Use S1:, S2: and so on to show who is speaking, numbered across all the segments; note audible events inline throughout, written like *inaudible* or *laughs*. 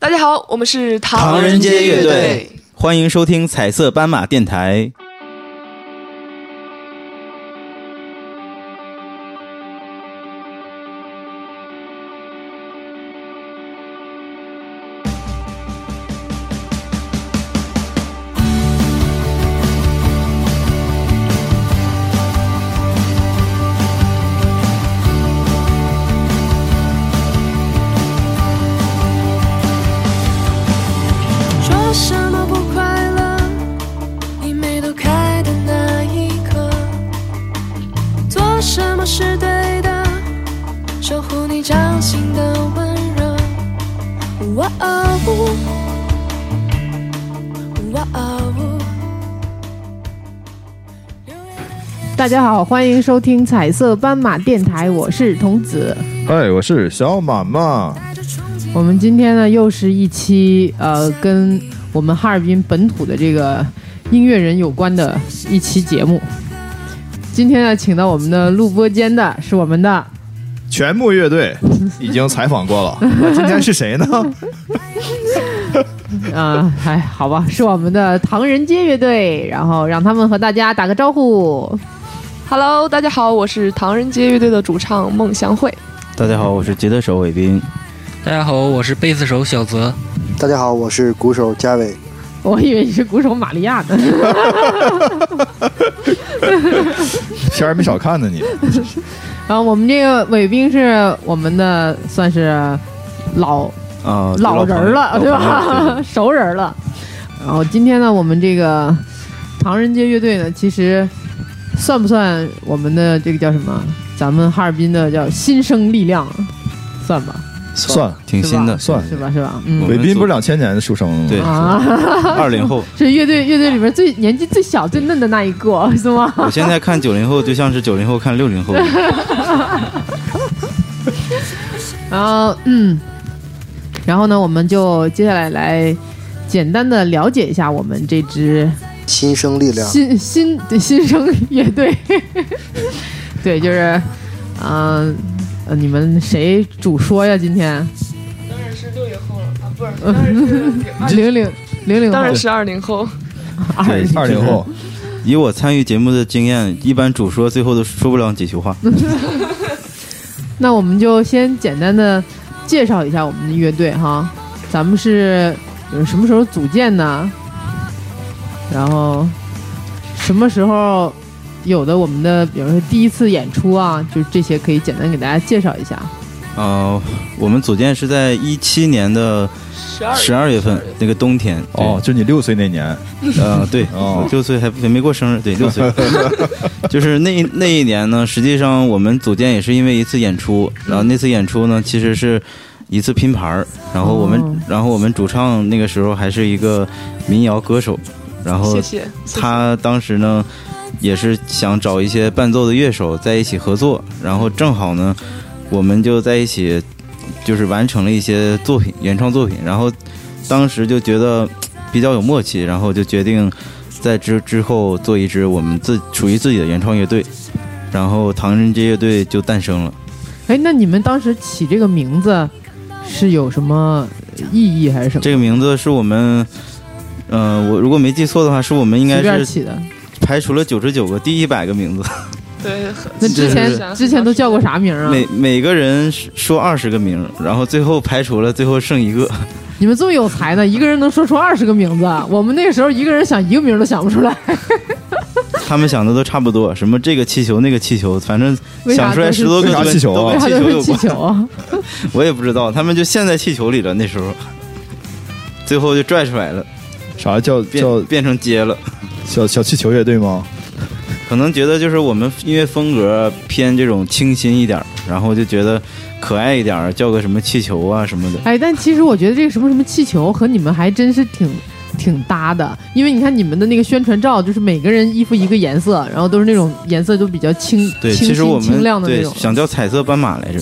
S1: 大家好，我们是
S2: 唐人街乐队
S1: 队。
S2: 欢迎收听彩色斑马电台。
S3: 说什么不快乐？你眉头开的那一刻，做什么是对的？守护你掌心的温热。哇哦，哇哦。
S4: 大家好，欢迎收听彩色斑马电台，我是童子。
S5: 嗨，哎我是小马马。
S4: 我们今天呢，又是一期呃，跟我们哈尔滨本土的这个音乐人有关的一期节目。今天呢，请到我们的录播间的是我们的
S5: 全木乐队已经采访过了，那今天是谁呢？
S4: 呃， *laughs* 哎，好吧，是我们的唐人街乐队，然后让他们和大家打个招呼。
S1: Hello，大家好，我是唐人街乐队的主唱孟祥慧。
S2: 大家好，我是吉他手韦斌。
S6: 大家好，我是贝斯手小泽。
S7: 大家好，我是鼓手嘉伟。
S4: 我以为你是鼓手玛利亚呢。 *laughs*
S5: 片儿没少看呢，你。
S4: 然后我们这个伟兵是我们的算是老
S2: 啊，
S4: 老人儿了，
S2: 老
S4: 对
S2: 朋友？
S4: 吧？ *laughs* 熟人儿了。然后今天呢，我们这个唐人街乐队呢，其实算不算我们的这个叫什么？咱们哈尔滨的叫新生力量，算吧，
S5: 算了，
S2: 挺新的，嗯
S4: 是
S5: 算了
S4: 是吧？是吧？嗯
S2: 我
S5: 韦
S2: 们
S5: 斌
S2: 组
S5: 不是两千年的出生吗？
S2: 对
S4: 啊，
S2: 二零
S4: *laughs*
S2: 后。
S4: 是乐队乐队里边最年纪最小、最嫩的那一个， *laughs* 是吗？
S2: 我现在看九零后，就像是九零后看六零后一样。
S4: 然后，嗯，然后呢，我们就接下来来简单的了解一下我们这支
S7: 新生力量，
S4: 新新对新生乐队， *laughs* 对，就是，嗯、呃，你们谁主说呀？今天
S1: 当然是六零后了啊，不是，当然是
S4: *laughs* 零零零零后，
S1: 当然是二零后。
S4: 二
S2: 对
S5: 二零后，
S2: 以我参与节目的经验，一般主说最后都说不了几句
S4: 嗯
S2: 话。
S4: 那我们就先简单的介绍一下我们的乐队哈，咱们是呃什么时候组建呢？然后什么时候有的我们的，比如说第一次演出啊，就这些可以简单给大家介绍一下。
S2: 呃，我们组建是在一七年的
S1: 十二
S2: 十二月份，那个冬天。对
S5: 哦，，就你六岁那年，
S2: 呃，对，
S5: 哦
S2: 六岁还还没过生日，对，六岁，就是那一那一年呢，实际上我们组建也是因为一次演出，然后那次演出呢，其实是一次拼盘儿，然后我们、
S4: 哦
S2: 然后我们主唱那个时候还是一个民谣歌手，然后
S1: 谢谢。谢谢
S2: 他当时呢也是想找一些伴奏的乐手在一起合作，然后正好呢我们就在一起就是完成了一些作品，原创作品，然后当时就觉得比较有默契，然后就决定在之之后做一支我们自属于自己的原创乐队，然后唐人街乐队就诞生了。
S4: 哎，那你们当时起这个名字是有什么意义还是什么？
S2: 这个名字是我们。嗯、我如果没记错的话，是我们应该
S4: 随便
S2: 是
S4: 起的。
S2: 排除了九十九个，第一百个名字。
S1: 对，
S4: 那之前
S1: 就是
S4: 之前都叫过啥名啊？
S2: 每每个人说二十个名儿，然后最后排除了，最后剩一个。 *laughs*
S4: 你们这么有才呢，一个人能说出二十个名字。我们那个时候一个人想一个名都想不出来，
S2: 他们想的都差不多，什么这个气球那个气球，反正
S4: 为啥
S2: *laughs* 想出来
S4: 都是
S2: 十多个
S5: 为啥
S2: 都跟
S5: 气球
S2: 都
S5: 啊
S4: 为
S2: 跟 *laughs*
S4: 啥
S2: 气
S4: 都
S2: 球有
S4: 是气
S2: 关。
S4: 球啊？
S2: 我也不知道，他们就陷在气球里了。那时候，最后就拽出来了，
S5: 啥叫叫
S2: 变变成街了。
S5: 小小气球乐队吗？
S2: 可能觉得就是我们音乐风格偏这种清新一点儿，然后就觉得可爱一点儿，叫个什么气球啊什么的。
S4: 哎，但其实我觉得这个什么什么气球和你们还真是挺。挺搭的，因为你看你们的那个宣传照，就是每个人衣服一个颜色，然后都是那种颜色都比较清
S2: 对，
S4: 清
S2: 其实我
S4: 新清
S2: 们
S4: 亮的那
S2: 对
S4: 种。
S2: 想叫彩色斑马来着，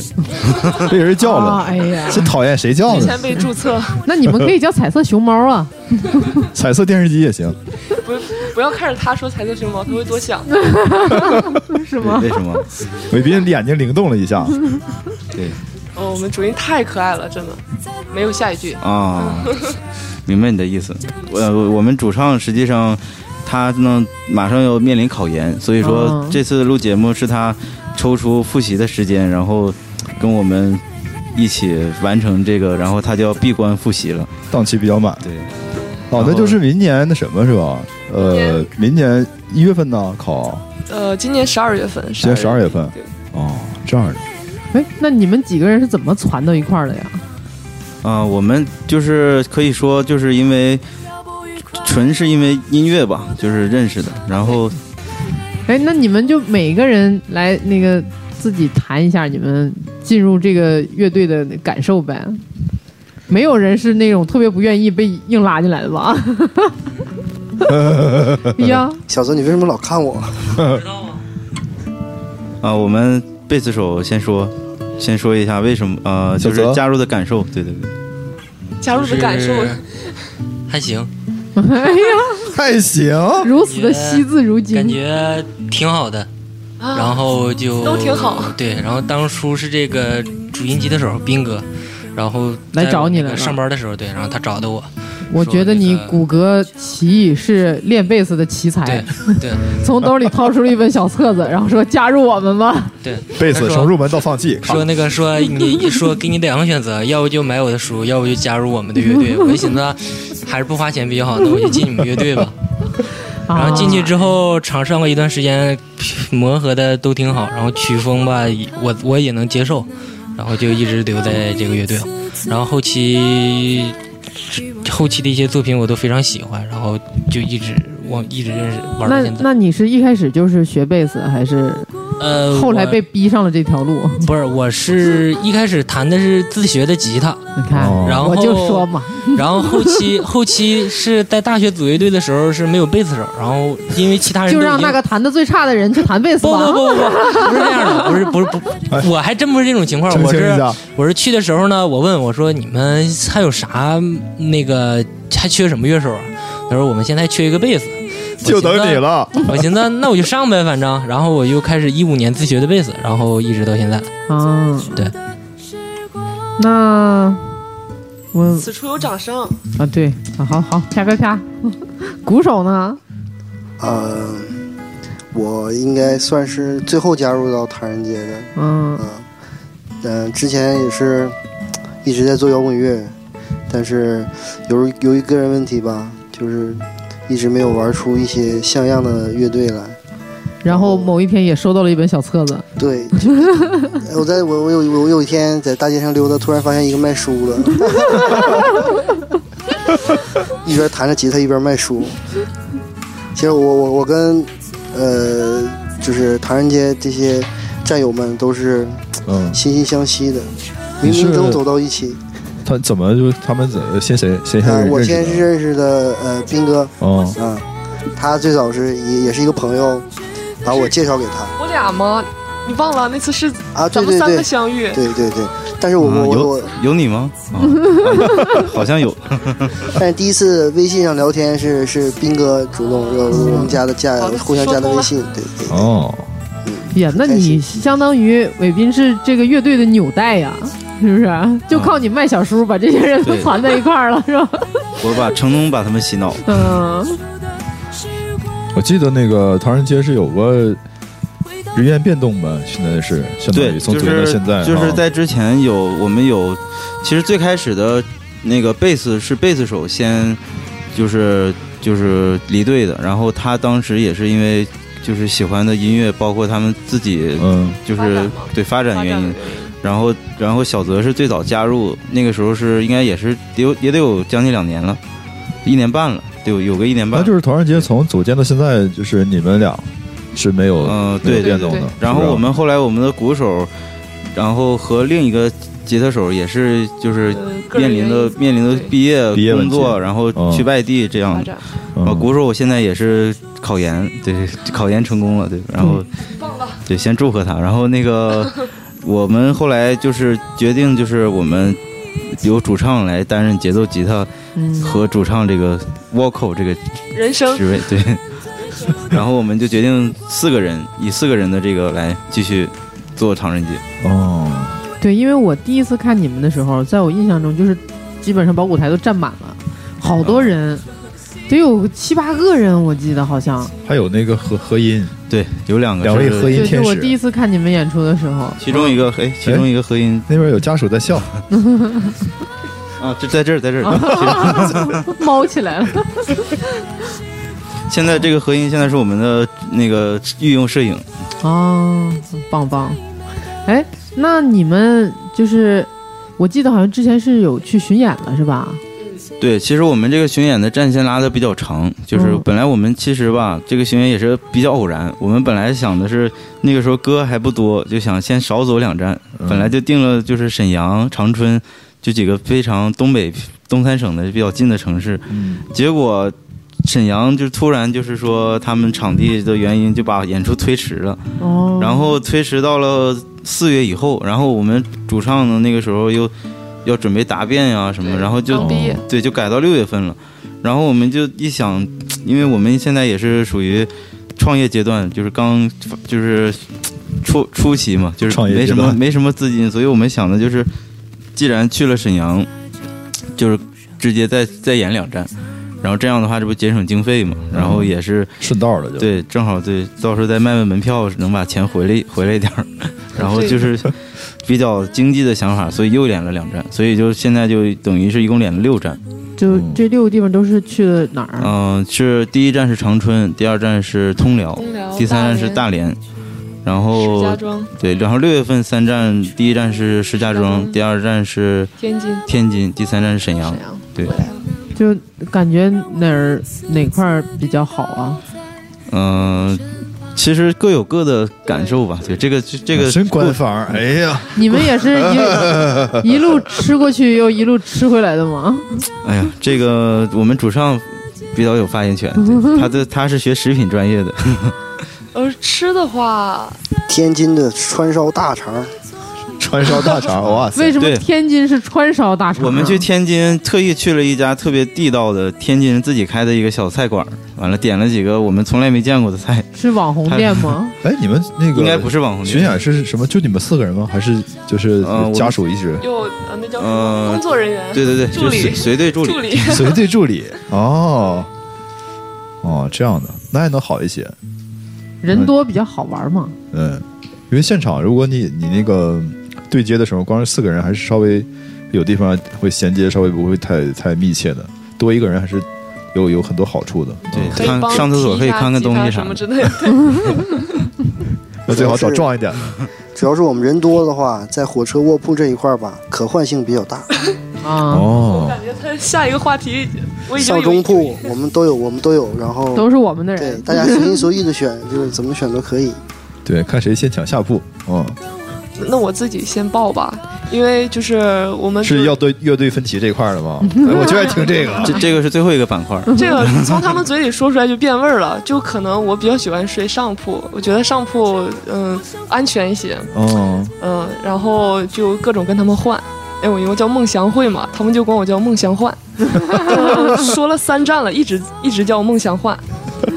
S5: 被人叫
S4: 啊
S5: 了，
S4: 哎呀，
S5: 真讨厌，谁
S2: 哦
S5: 叫
S1: 之
S5: 的
S1: 前？被注
S2: *laughs*
S1: 册，
S4: 那你们可以叫彩色熊猫啊。
S5: 彩色电视机也行。
S1: 不要看着他说彩色熊猫，他会多想。
S4: *laughs*
S2: 是吗？为什么？
S5: 韦斌眼睛灵动了一下，
S2: 对，
S1: 哦，我们主音太可爱了，真的，没有下一句。
S2: 啊，明白你的意思。我我我们主唱实际上他呢马上要面临考研，所以说
S4: 嗯
S2: 这次录节目是他抽出复习的时间，然后跟我们一起完成这个，然后他就要闭关复习了。
S5: 档期比较满。
S2: 对，
S5: 哦，那就是明年那什么是吧？呃，明年一月份呢考，
S1: 呃，今年十二月份，
S5: 今年十二月份
S1: 对。
S5: 哦，这样的。
S4: 哎，那你们几个人是怎么攒到一块儿的呀？
S2: 啊、我们就是可以说就是因为纯是因为音乐吧，就是认识的，然后
S4: 哎，那你们就每个人来那个自己谈一下你们进入这个乐队的感受呗。没有人是那种特别不愿意被硬拉进来的吧？哎呀，
S7: 小泽，你为什么老看我？
S2: 啊、我们贝斯手先说。先说一下为什么呃，就
S5: 小
S2: 是
S5: 泽
S2: 加入的感受，对对对，
S1: 加入的感受，
S6: 就是还行，
S4: 哎呀，
S5: 还行，
S4: 如此的惜字如金
S6: 感，觉挺好的。
S1: 嗯啊
S6: 然后就
S1: 都挺好。
S6: 对，然后当初是这个主音吉他手斌哥，然后
S4: 来
S6: 在
S4: 找
S6: 我
S4: 你
S6: 那个
S4: 来了
S6: 上班的时候，对，然后他找的我，
S4: 我觉得你骨骼奇异，是练贝斯的奇才
S6: 对。对
S4: *laughs* 从兜里掏出了一本小册子，然后说：“加入我们吧。
S6: 对，
S5: 贝斯从入门到放弃，
S6: 说那个说
S1: *laughs*
S6: 你一说给你两个选择，要不就买我的书，要不就加入我们的乐
S1: *laughs*
S6: 队。我就寻思还是不花钱比较好，那我就进你们乐队吧。
S4: 啊”
S6: 然后进去之后尝试过一段时间，磨合的都挺好，然后曲风吧，我我也能接受，然后就一直留在这个乐队了。然后后期后期的一些作品我都非常喜欢，然后就一直我一直认识玩
S4: 那
S6: 到现在。
S4: 那你是一开始就是学贝斯，还是
S6: 呃，
S4: 后来
S6: 我
S4: 被逼上了这条路？
S6: 不是，我是一开始弹的是自学的吉他，
S4: 你看，
S5: 哦
S6: 然后
S4: 我就说嘛，
S6: *laughs* 然后后期后期是在大学组乐队的时候是没有贝斯手，然后因为其他人
S4: 就
S6: 都已
S4: 让
S6: 经
S4: 那个弹的最差的人去弹贝斯
S6: 不不
S4: 吧。
S6: 不不不，不是这样的，不是不是
S5: *laughs* 哎
S6: 不，我还真不是这种情况，
S5: 澄
S6: 我
S5: 清一
S6: 是
S5: 下，
S6: 我是去的时候呢，我问我说你们还有啥那个还缺什么乐手啊？他说我们现在缺一个贝斯，我
S5: 就等
S6: 寻思
S5: 你。了。
S6: 我寻思那我就上呗，反正，然后我就开始一五年自学的贝斯，然后一直到现在。
S4: 啊，
S6: 对。
S4: 那我
S1: 此处有掌声。
S4: 啊，对，啊好好，啪啪啪，鼓手呢？
S7: 呃，我应该算是最后加入到唐人街的。
S4: 嗯
S7: 嗯、嗯，之前也是一直在做摇滚乐，但是由于由于个人问题吧，就是一直没有玩出一些像样的乐队来。
S4: 然后某一天也收到了一本小册子，
S1: *laughs*
S7: 对，就哎我在我我有我有一天在大街上溜达，突然发现一个卖书的， *laughs* 一边弹着吉他一边卖书。其实我我我跟呃，就是唐人街这些战友们都是
S5: 嗯，
S7: 惺惺相惜的，
S5: 你
S7: 冥
S5: 是
S7: 冥中走到一起。
S5: 他怎么就他们怎先谁谁先
S7: 呃，我
S5: 认识
S7: 先是
S5: 的？
S7: 认识的呃斌哥
S5: 哦，
S7: 啊、他最早是也也是一个朋友，把我介绍给他
S1: 我俩吗？你忘了那次是
S7: 啊，对
S1: 咱们
S7: 对
S1: 三个
S7: 对
S1: 相遇，
S7: 对对对，但是我
S2: 啊
S7: 我我我
S2: 有有你吗？啊，好像有。
S7: *laughs* 但是第一次微信上聊天是是斌哥主动，我我们加的加
S1: 好的
S7: 互相
S1: 哦说
S7: 加的
S1: 通
S7: 微
S1: 了
S7: 信，对对对
S5: 哦，
S4: 呀，那你相当于伟斌是这个乐队的纽带呀，是不是？就靠你卖小书把这些人都
S2: 对
S4: 攒在一块儿了，是吧？
S2: 我把成龙把他们洗脑。
S4: 嗯，
S5: 我记得那个唐人街是有个人员变动吧？现在是相当
S2: 对，
S5: 于从
S2: 就
S5: 组员到
S2: 是
S5: 现在，
S2: 就是
S5: 啊
S2: 在之前有我们有，其实最开始的那个贝斯是贝斯手先就是就是离队的，然后他当时也是因为就是喜欢的音乐，包括他们自己
S5: 嗯
S2: 就
S1: 发展
S2: 是
S1: 吗
S2: 对发
S1: 发
S2: 展
S1: 展
S2: 原因
S1: 的，
S2: 然后然后小泽是最早加入，那个时候是应该也是得有也得有将近两年了，一年半了，得有有个一年半了。
S5: 那就是唐人街从组建到现在，就是你们俩是没有
S2: 嗯
S5: 没有
S2: 对
S5: 变动的
S1: 对对。
S2: 然后
S5: 是吧啊
S2: 我们后来我们的鼓手，然后和另一个吉他手也是就是
S1: 呃个人
S2: 面临的
S1: 原因
S2: 面临的
S1: 对
S2: 毕业
S5: 毕业问
S2: 工
S5: 题
S2: 作，然后
S5: 嗯
S2: 去外地这样
S1: 发。展，
S5: 嗯
S2: 啊，鼓手我现在也是考研，对，考研成功了，对，然
S1: 嗯
S2: 后
S1: 棒了，
S2: 对，先祝贺他。然后
S1: *laughs*
S2: 那个我们后来就是决定，就是我们由主唱来担任节奏吉他
S4: 嗯
S2: 和主唱这个 vocal 这个
S1: 人生
S2: 职位，对。然后我们就决定四个人以四个人的这个来继续做唐人街。
S5: 哦，
S4: 对，因为我第一次看你们的时候，在我印象中就是基本上保古台都站满了，好
S5: 啊
S4: 多人，得有七八个人，我记得好像。
S5: 还有那个和和音，
S2: 对，有两个
S5: 两位
S2: 是
S5: 合音啊
S4: 对，
S5: 天
S4: 就
S5: 使
S4: 我第一次看你们演出的时
S5: *laughs*
S4: 候，
S2: 其中一个哎，其中一个合音
S5: 那边有家属在笑，哎
S2: 啊，就在这儿，在这儿。其中
S4: 猫起来了。
S2: *laughs*
S5: *laughs*
S2: 现在这个合音现在是我们的那个御用摄影，
S4: 哦，棒棒！哎，那你们就是，我记得好像之前是有去巡演了，是吧？
S2: 对，其实我们这个巡演的战线拉的比较长，就是
S4: 嗯
S2: 本来我们其实吧，这个巡演也是比较偶然。我们本来想的是那个时候歌还不多，就想先少走两站，
S5: 嗯
S2: 本来就定了就是沈阳、长春就几个非常东北东三省的比较近的城市。
S5: 嗯
S2: 结果沈阳就突然就是说他们场地的原因就把演出推迟了，
S4: 哦，
S2: 然后推迟到了四月以后，然后我们主唱呢那个时候又要准备答辩呀、什么，
S1: 对
S2: 然后就
S1: 刚毕业，
S2: 对，就改到六月份了。然后我们就一想，因为我们现在也是属于创业阶段，就是刚就是初初期嘛，就是
S5: 创业
S2: 没
S5: 阶
S2: 什
S5: 段
S2: 么没什么资金，所以我们想的就是，既然去了沈阳，就是直接再再演两站，然后这样的话，这不节省经费嘛？然后也是
S5: 顺道了就。，
S2: 对，正好对，到时候再卖卖门票，能把钱回来回来一点
S5: *laughs*
S2: 儿。然后就是比较经济的想法，所以又演了两站，所以就现在就等于是一共演了六站。
S4: 就
S5: 嗯啊
S4: 这六个地方都是去了哪儿？
S2: 嗯、是第一站是长春，第二站是通辽，
S1: 东辽
S2: 第三站是大连，然
S1: 石家
S2: 后
S1: 庄、
S2: 对，然后六月份三站，第一站是石家
S1: 石家
S2: 庄，
S1: 庄
S2: 第二站是
S1: 天津、
S2: 天津，第三站是沈阳
S1: 沈。阳。
S2: 对，
S4: 就感觉哪儿哪块儿比较好啊？
S2: 嗯、其实各有各的感受吧。对，这个这个
S5: 啊真官方，哎呀，
S4: 你们也是一一路吃过去又一路吃回来的吗？
S2: 哎呀，这个我们主唱比较有发
S1: *laughs*
S2: 言权，对他的他是学食品专业的，
S1: 呃，吃的话，
S7: 天津的川烧大肠，
S5: 川烧
S2: *laughs*
S5: 大肠，哇塞！
S4: 为什么
S2: 对
S4: 天津是川烧大肠啊？
S2: 我们去天津特意去了一家特别地道的天津人自己开的一个小菜馆儿，完了点了几个我们从来没见过的菜，
S4: 是网红店吗？
S5: 哎，你们那个
S2: 应该不是网红
S5: 巡
S2: 店。
S5: 演是什么？就你们四个人吗？还是就是
S2: 呃我们
S5: 家属一直
S1: 又呃那叫什
S2: 呃
S1: 么工作人员、
S2: 对对对，
S1: 助
S2: 就
S1: 理
S2: 随 *laughs* 随队助理
S1: 助理，
S5: 随队助理？哦哦，这样的，那还能好一些。
S4: *laughs* 人多比较好玩嘛。
S5: 嗯，因为现场如果你你那个对接的时候，光是四个人还是稍微有地方会衔接，稍微不会太太密切的，多一个人还是有有很多好处的。嗯
S1: 可
S2: 对，
S1: 以
S2: 看
S1: 帮
S2: 上厕所可以
S1: 提他
S2: 看看东
S1: 吉
S2: 西
S1: 他
S2: 啥
S1: 啊什么
S2: 的。
S1: 之类的。
S5: 嗯那最好找壮一点的。
S7: 只要是我们人多的话，在火车卧铺这一块儿吧，可换性比较大。
S2: 嗯
S4: 啊，
S1: 我
S5: 哦，
S1: 感觉他下一个话题，我已经
S7: 上
S1: 有
S7: 中铺我们都有，我们都有。然后
S4: 都是我们的
S7: 对
S4: 人。
S7: 大家随心所欲的选，就是怎么选都可以。
S5: 对，看谁先抢下铺。哦，
S1: 那我自己先报吧，因为就是我们
S5: 是要对乐队分歧这块儿的吗？哎我就爱听这
S2: 这
S5: 个。
S2: 这个是最后一个板块儿，
S1: 这
S5: *laughs*
S1: 个从他们嘴里说出来就变味儿了。就可能我比较喜欢睡上铺，我觉得上铺嗯安全一些，
S5: 哦，
S1: 嗯，然后就各种跟他们换。哎，我因为叫孟祥慧嘛，他们就管我叫孟祥
S5: *laughs*
S1: 焕，就说了三站了，一直一直叫我孟祥焕。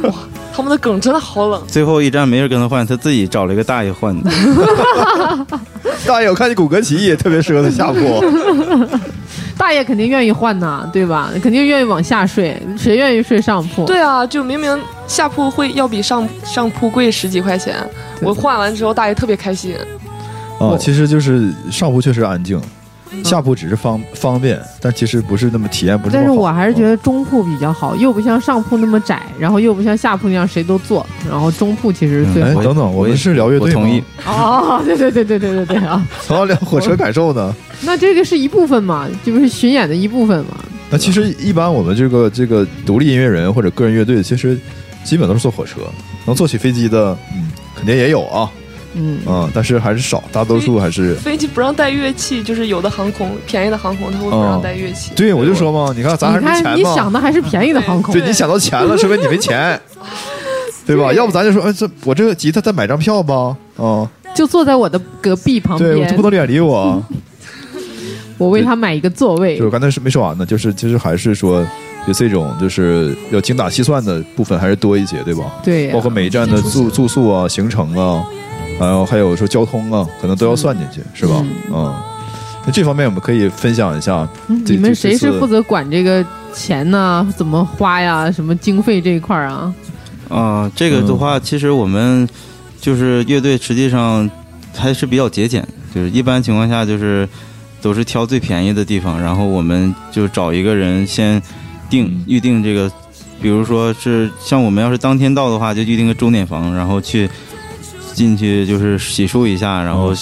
S1: 哇，他们的梗真的好冷。
S2: 最后一站没人跟他换，他自己找了一个大爷换的。
S5: 大爷，我看你骨骼奇异，特别适合在
S4: *laughs*
S5: 下铺。
S4: 哦大爷肯定愿意换呐，对吧？肯定愿意往下睡，谁愿意睡上铺？
S1: 对啊，就明明下铺会要比上上铺贵十几块钱，
S5: 对
S1: 我换完之后大爷特别开心。
S5: 哦，其实就是上铺确实安静，下铺只是方方便，但其实不是那么体验不是
S4: 嗯
S5: 那
S4: 但
S5: 么
S4: 是
S5: 好。哦
S4: 我还是觉得中铺比较好，又不像上铺那么窄，然后又不像下铺那样谁都坐，然后中铺其实是最
S5: 哎，
S4: 好。
S5: 等等，我
S2: 我也
S5: 们是聊乐
S2: 我
S5: 队吗
S2: 同意，，
S4: *laughs* 哦，对对对对对对对啊，
S5: 我要聊火车感
S2: *laughs*
S5: 受呢。
S4: 那这个是一部分嘛，这不是巡演的一部分嘛？
S5: 那其实一般我们这个这个独立音乐人或者个人乐队，其实基本都是坐火车，能坐起飞机的，嗯，肯定也有啊，
S4: 嗯，
S5: 嗯，但是还是少，大多数还是。
S1: 飞机不让带乐器，就是有的航空便宜的航空它会不让带乐
S2: 哦
S1: 器。
S5: 对，我就说嘛，你看咱还
S4: 你
S5: 是没
S4: 看你
S5: 钱
S4: 想
S5: 嘛，
S4: 的还是便宜的航空
S5: 对，你想到钱了，说明你没 *laughs* 钱，对吧？要不咱就说，哎，这我这个吉他再买张票吧，啊，
S4: 就坐在我的隔壁旁
S5: 对，我
S4: 边
S5: 就不，能远离我，
S4: 我为他买一个座位
S5: 就。我刚才是没说完呢，就是其实还是说，就这种就是要精打细算的部分还是多一些，对吧？
S4: 对呀，
S5: 包括每一站的住住宿啊、行程啊，然后还有说交通啊，可能都要算进去，是吧？嗯，那这方面我们可以分享一下。
S4: 嗯
S5: 这
S4: 你们谁
S5: 这
S4: 是
S5: 次
S4: 负责管这个钱呢、怎么花呀？什么经费这一块儿啊？
S2: 啊、这个的话，其实我们就是乐队，实际上还是比较节俭，就是一般情况下就是都是挑最便宜的地方，然后我们就找一个人先定预定这个，比如说是像我们要是当天到的话，就预定个钟点房，然后去进去就是洗漱一下，然后、
S5: 嗯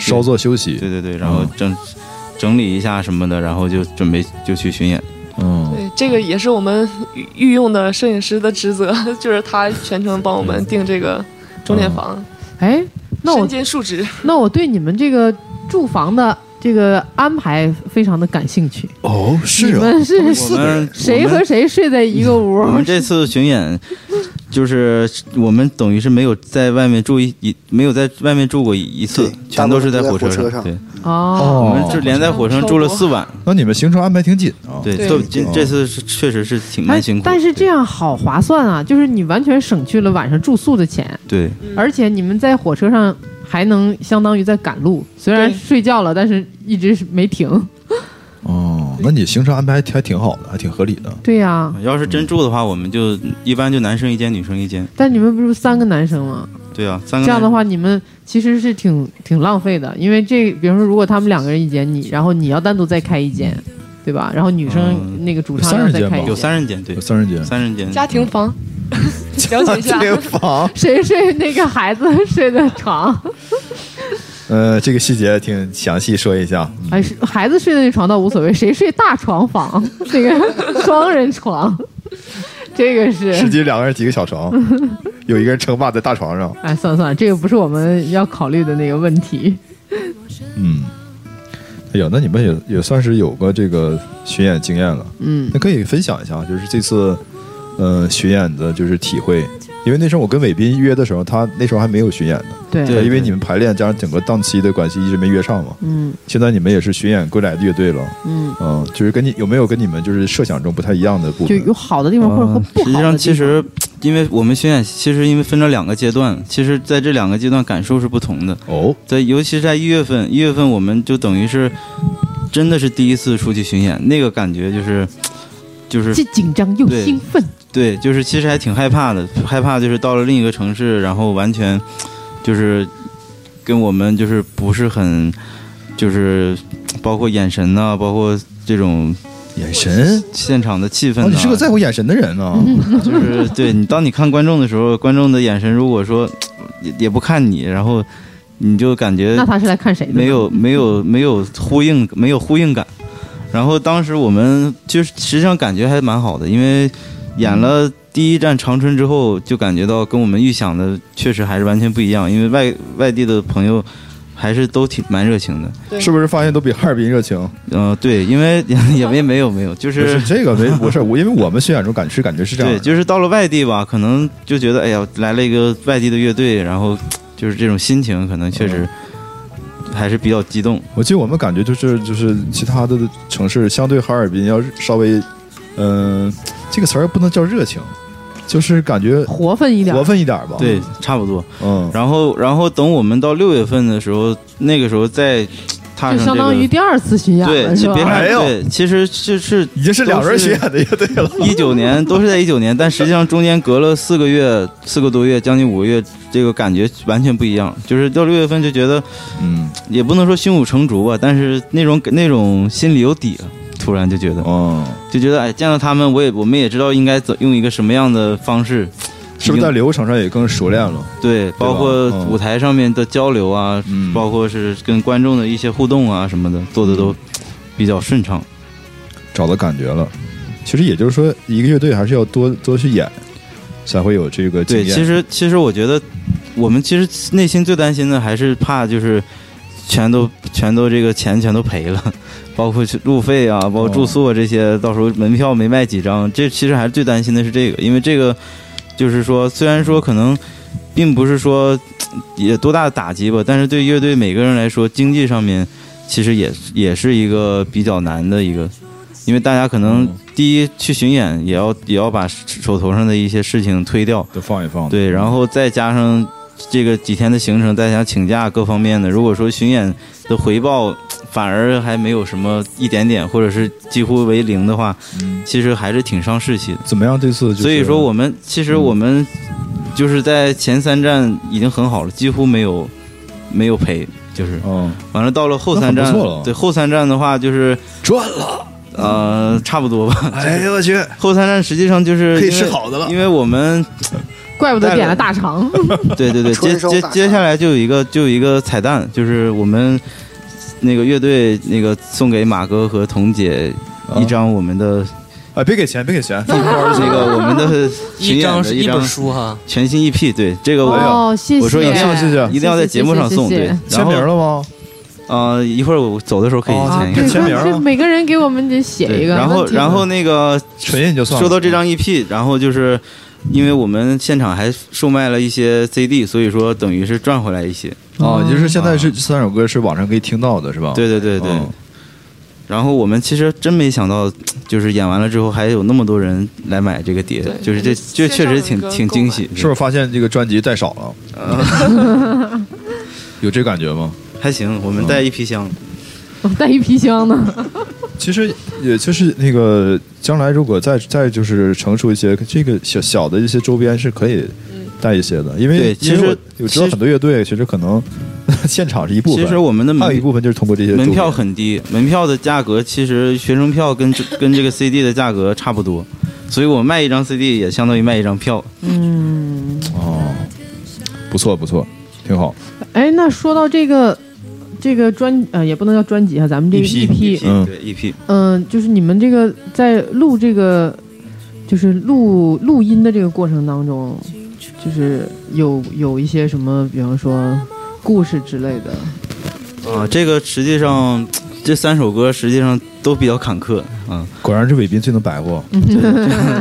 S5: 稍作休息，
S2: 对对对，然后整、整理一下什么的，然后就准备就去巡演。
S5: 嗯，
S1: 对，这个也是我们御御用的摄影师的职责， *laughs* 就是他全程帮我们定这个钟点房，
S2: 嗯
S4: 哎，那
S1: 身
S4: 我
S1: 兼数职。 *laughs*
S4: 那我对你们这个住房的这个安排非常的感兴趣。
S5: 哦，是
S4: 你
S5: 啊，
S4: 们是
S2: 我们
S4: 谁
S2: 我们
S4: 和谁睡在一个屋？
S2: 我
S5: *laughs*
S2: 们这次巡演，就是我们等于是没有在外面住一一没有在外面住过一一次
S7: 对，
S2: 全都是
S7: 大部
S2: 火
S7: 分都在火车
S2: 上。
S7: 上
S2: 对，
S4: 哦，
S2: 我们就连在火车上住了四晚。
S5: 那你们行程安排挺紧啊。
S2: 哦对，哦
S1: 对
S2: 都今这次是确实是挺蛮辛苦。
S4: 哎但是这样好划算啊！就是你完全省去了晚上住宿的钱，
S2: 对，
S4: 而且你们在火车上还能相当于在赶路，虽然
S1: 对
S4: 睡觉了，但是一直是没停。
S5: 哦，那你行程安排还挺好的，还挺合理的。
S4: 对呀、
S2: 要是真住的话，我们就一般就男生一间，女生一间。
S4: 但你们不是三个男生吗？
S2: 对啊，三个
S4: 这样的
S2: 男
S4: 话，你们其实是挺挺浪费的，因为这，比如说，如果他们两个人一间，你然后你要单独再开一间，对吧？然后女生
S2: 嗯
S4: 那个主唱要
S5: 有三人
S4: 再
S5: 间
S4: 开
S5: 吧
S4: 一
S2: 有三人间，对
S5: 有，三人间，
S2: 三人间。
S1: 家庭房，了解一下。
S5: 这个房，
S4: 谁睡那个孩子睡的床？
S5: 呃，这个细节挺详细说一下。
S2: 嗯
S4: 哎，是孩子睡的那床倒无所谓，谁睡大床房？ *laughs* 那个双人床， *laughs* 这个
S5: 实
S4: 是。
S5: 际两个人几个小
S2: *laughs*
S5: 床，有一个人称霸在大床上。
S4: 哎，算了算了，这个不是我们要考虑的那个问题。
S5: 嗯，哎呀，那你们也也算是有过这个巡演经验了，
S4: 嗯
S5: 那可以分享一下，就是这次呃巡演的就是体会。因为那时候我跟伟斌约的时候，他那时候还没有巡演呢，
S4: 对，
S2: 对
S5: 因为你们排练加上整个档期的关系，一直没约上嘛。
S4: 嗯
S5: 现在你们也是巡演归来的乐队了，
S4: 嗯，
S5: 嗯，就是跟你有没有跟你们就是设想中不太一样的部
S4: 就
S5: 分？
S4: 有好的地方或者和不好的
S2: 嗯实
S4: 地方。
S2: 际上，其实因为我们巡演，其实因为分了两个阶段，其实在这两个阶段感受是不同的。
S5: 哦，
S2: 在尤其是在一月份，一月份我们就等于是真的是第一次出去巡演，那个感觉就是就是
S4: 既紧张又
S2: 对
S4: 兴奋。
S2: 对，就是其实还挺害怕的，害怕就是到了另一个城市，然后完全就是跟我们就是不是很就是包括眼神呐、包括这种
S5: 眼神，
S2: 现场的气氛、
S5: 哦，
S2: 呐。
S5: 你是个在乎啊眼神的人啊。
S2: 就是对你，当你看观众的时候，观众的眼神如果说也也不看你，然后你就感觉
S4: 那他是来看谁的？
S2: 没，有没有没有呼应，没有呼应感。然后当时我们就是实际上感觉还蛮好的，因为演了第一站长春之后，就感觉到跟我们预想的确实还是完全不一样，因为外外地的朋友还是都挺蛮热情的。
S1: 对
S5: 是不是发现都比哈尔滨热情？
S2: 嗯、对，因为也没没有没有，就
S5: 不
S2: 是
S5: 是这个没，我是我，因为我们巡演中感是感觉是这样
S2: 对，
S5: 的，
S2: 就是到了外地吧，可能就觉得哎呀，来了一个外地的乐队，然后就是这种心情，可能确实还是比较激动。
S5: 我记得我们感觉就是就是其他的城市相对哈尔滨要稍微，嗯、这个词儿不能叫热情，就是感觉
S4: 活分一点。
S5: 活。泛一点儿吧。
S2: 对，，差不多。
S5: 嗯，
S2: 然后，然后等我们到六月份的时候，那个时候再踏上这
S4: 就
S2: 个，
S4: 相当于第二次巡演
S2: 对，
S4: 了，
S2: 其
S4: 是
S2: 别
S4: 吧？
S2: 看
S5: 哎呦
S2: 对，其实就是
S5: 已经是两人巡演的乐队了。
S2: 一九年， *laughs* 都是在一九年，但实际上中间隔了四个月，四个多月，将近五个月，这个感觉完全不一样。就是到六月份就觉得，
S5: 嗯，
S2: 也不能说胸有成竹吧，但是那种那种心里有底了，突然就觉得，
S5: 哦，
S2: 就觉得哎，见到他们，我也我们也知道应该怎用一个什么样的方式，
S5: 是不是在流程上也更熟练了？
S2: 对，包括
S5: 嗯
S2: 舞台上面的交流啊，
S5: 嗯
S2: 包括是跟观众的一些互动啊什么的，做的都比较顺畅。
S5: 找到感觉了。其实也就是说，一个乐队还是要多多去演，才会有这个经
S2: 对，
S5: 验。
S2: 其实其实我觉得，我们其实内心最担心的还是怕就是全都全都这个钱全都赔了， *laughs* 包括去路费啊，包括住宿啊这些，到时候门票没卖几张，这其实还是最担心的是这个，因为这个就是说，虽然说可能并不是说也多大的打击吧，但是对乐队每个人来说，经济上面其实也也是一个比较难的一个。因为大家可能
S5: 嗯
S2: 第一去巡演，也要也要把手头上的一些事情推掉，
S5: 都放一放。
S2: 对，然后再加上这个几天的行程，再加上请假各方面的，如果说巡演的回报反而还没有什么一点点，或者是几乎为零的话，其实还是挺伤士气的。
S5: 怎么样？这嗯次就是嗯
S2: 所以说，我们其实我们就是在前三站已经很好了，几乎没有没有赔，就是
S5: 嗯
S2: 完了到了后三
S5: 那
S2: 站
S5: 很不错了，
S2: 对后三站的话就是
S5: 赚了，
S2: 呃差不多吧。
S5: 哎呦我去，
S2: 后三站实际上就是
S5: 可
S2: 因
S5: 以
S2: 为
S5: 吃好的了
S2: 因为我们
S4: 怪不得点了大肠。 *laughs*
S2: 对对对，接
S7: 春收
S2: 接
S7: 大
S2: 接
S7: 赏
S2: 下来就有一个就有一个彩蛋，就是我们那个乐队那个送给马哥和彤姐
S5: 哦
S2: 一张我们
S4: *laughs*
S2: 的、
S5: 啊哎，别给钱，别给钱，
S2: *laughs* 那个我们的巡
S6: 一
S2: 演
S6: 张
S2: 的
S6: 是
S2: 一
S6: 一本
S2: 张
S6: 书哈，
S2: 全新 EP，对这 *laughs* 个我要、
S4: 哦，谢谢，
S2: 我说一定
S5: 要谢谢
S2: 一定要在节目上送，
S4: 谢谢谢谢
S2: 对，
S5: 签
S2: 然后
S5: 名了吗？
S2: 呃，一会儿我走的时候可以
S5: 哦
S4: 啊
S2: 签，一
S4: 对，
S2: 个。
S5: 签名啊
S4: 是每个人给我们得写一
S2: 对，
S4: 个。
S2: 然后
S4: 问题
S2: 然后那个
S5: 纯印就算了。
S2: 说到这张 EP，然后就是因为我们现场还售卖了一些 CD，所以说等于是赚回来一些。
S5: 啊，也就是现在
S2: 啊
S5: 是三首歌是网上可以听到的，是吧？
S2: 对对对对。
S5: 哦
S2: 然后我们其实真没想到，就是演完了之后还有那么多人来买这个碟
S1: 对，
S2: 就是这这
S1: 线上
S2: 确实
S1: 人
S2: 挺
S1: 跟
S2: 挺
S1: 购买
S2: 惊喜，
S5: 是不是发现这个专辑带少了？
S2: 嗯
S5: *laughs* 有这感觉吗？
S2: 还行，我们带一皮箱，
S4: 我
S5: 嗯
S4: 带一皮箱呢，
S5: 其实也就是那个将来如果再再就是成熟一些，这个小小的一些周边是可以带一些的，因为
S2: 嗯对其实
S5: 因为我我知
S2: 其
S5: 道
S2: 实
S5: 很多乐队其实可能 *laughs* 现场是一部
S2: 其
S5: 分，
S2: 实我们的
S5: 还有
S2: 门
S5: 一部分就是通过这些周边
S2: 门票很低，门票的价格其实学生票跟这跟这个 CD 的价格差不多，所以我卖一张 CD 也相当于卖一张票。
S4: 嗯，
S5: 哦，不错不错，挺好。
S4: *laughs* 哎，那说到这个这个专呃，也不能叫专辑哈，咱们这个 E
S2: EP
S4: EP，
S5: 嗯
S2: 对 EP，
S4: 嗯、就是你们这个在录这个就是录录音的这个过程当中，就是有有一些什么，比方说故事之类的，
S2: 啊，这个实际上这三首歌实际上都比较坎坷
S1: 嗯
S2: 啊。
S5: 果然是伟斌最能白活。
S2: 嗯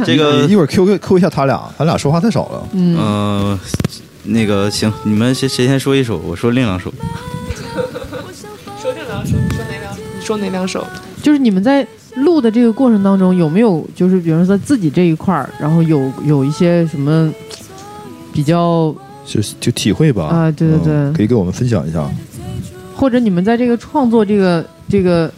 S2: 这个
S5: 你一会儿 Q Q Q 一下他俩，他俩说话太少了。
S4: 嗯，
S2: 呃，那个行，你们谁谁先说一首，我说另两首。
S1: 说这两首，说哪两首？你说哪两首？
S4: 就是你们在录的这个过程当中，有没有就是比方说在自己这一块儿，然后有有一些什么比较，
S5: 就就体会吧嗯
S4: 啊对对对
S5: 可以给我们分享一下。
S2: 哦
S4: 或者你们在这个创作这个这个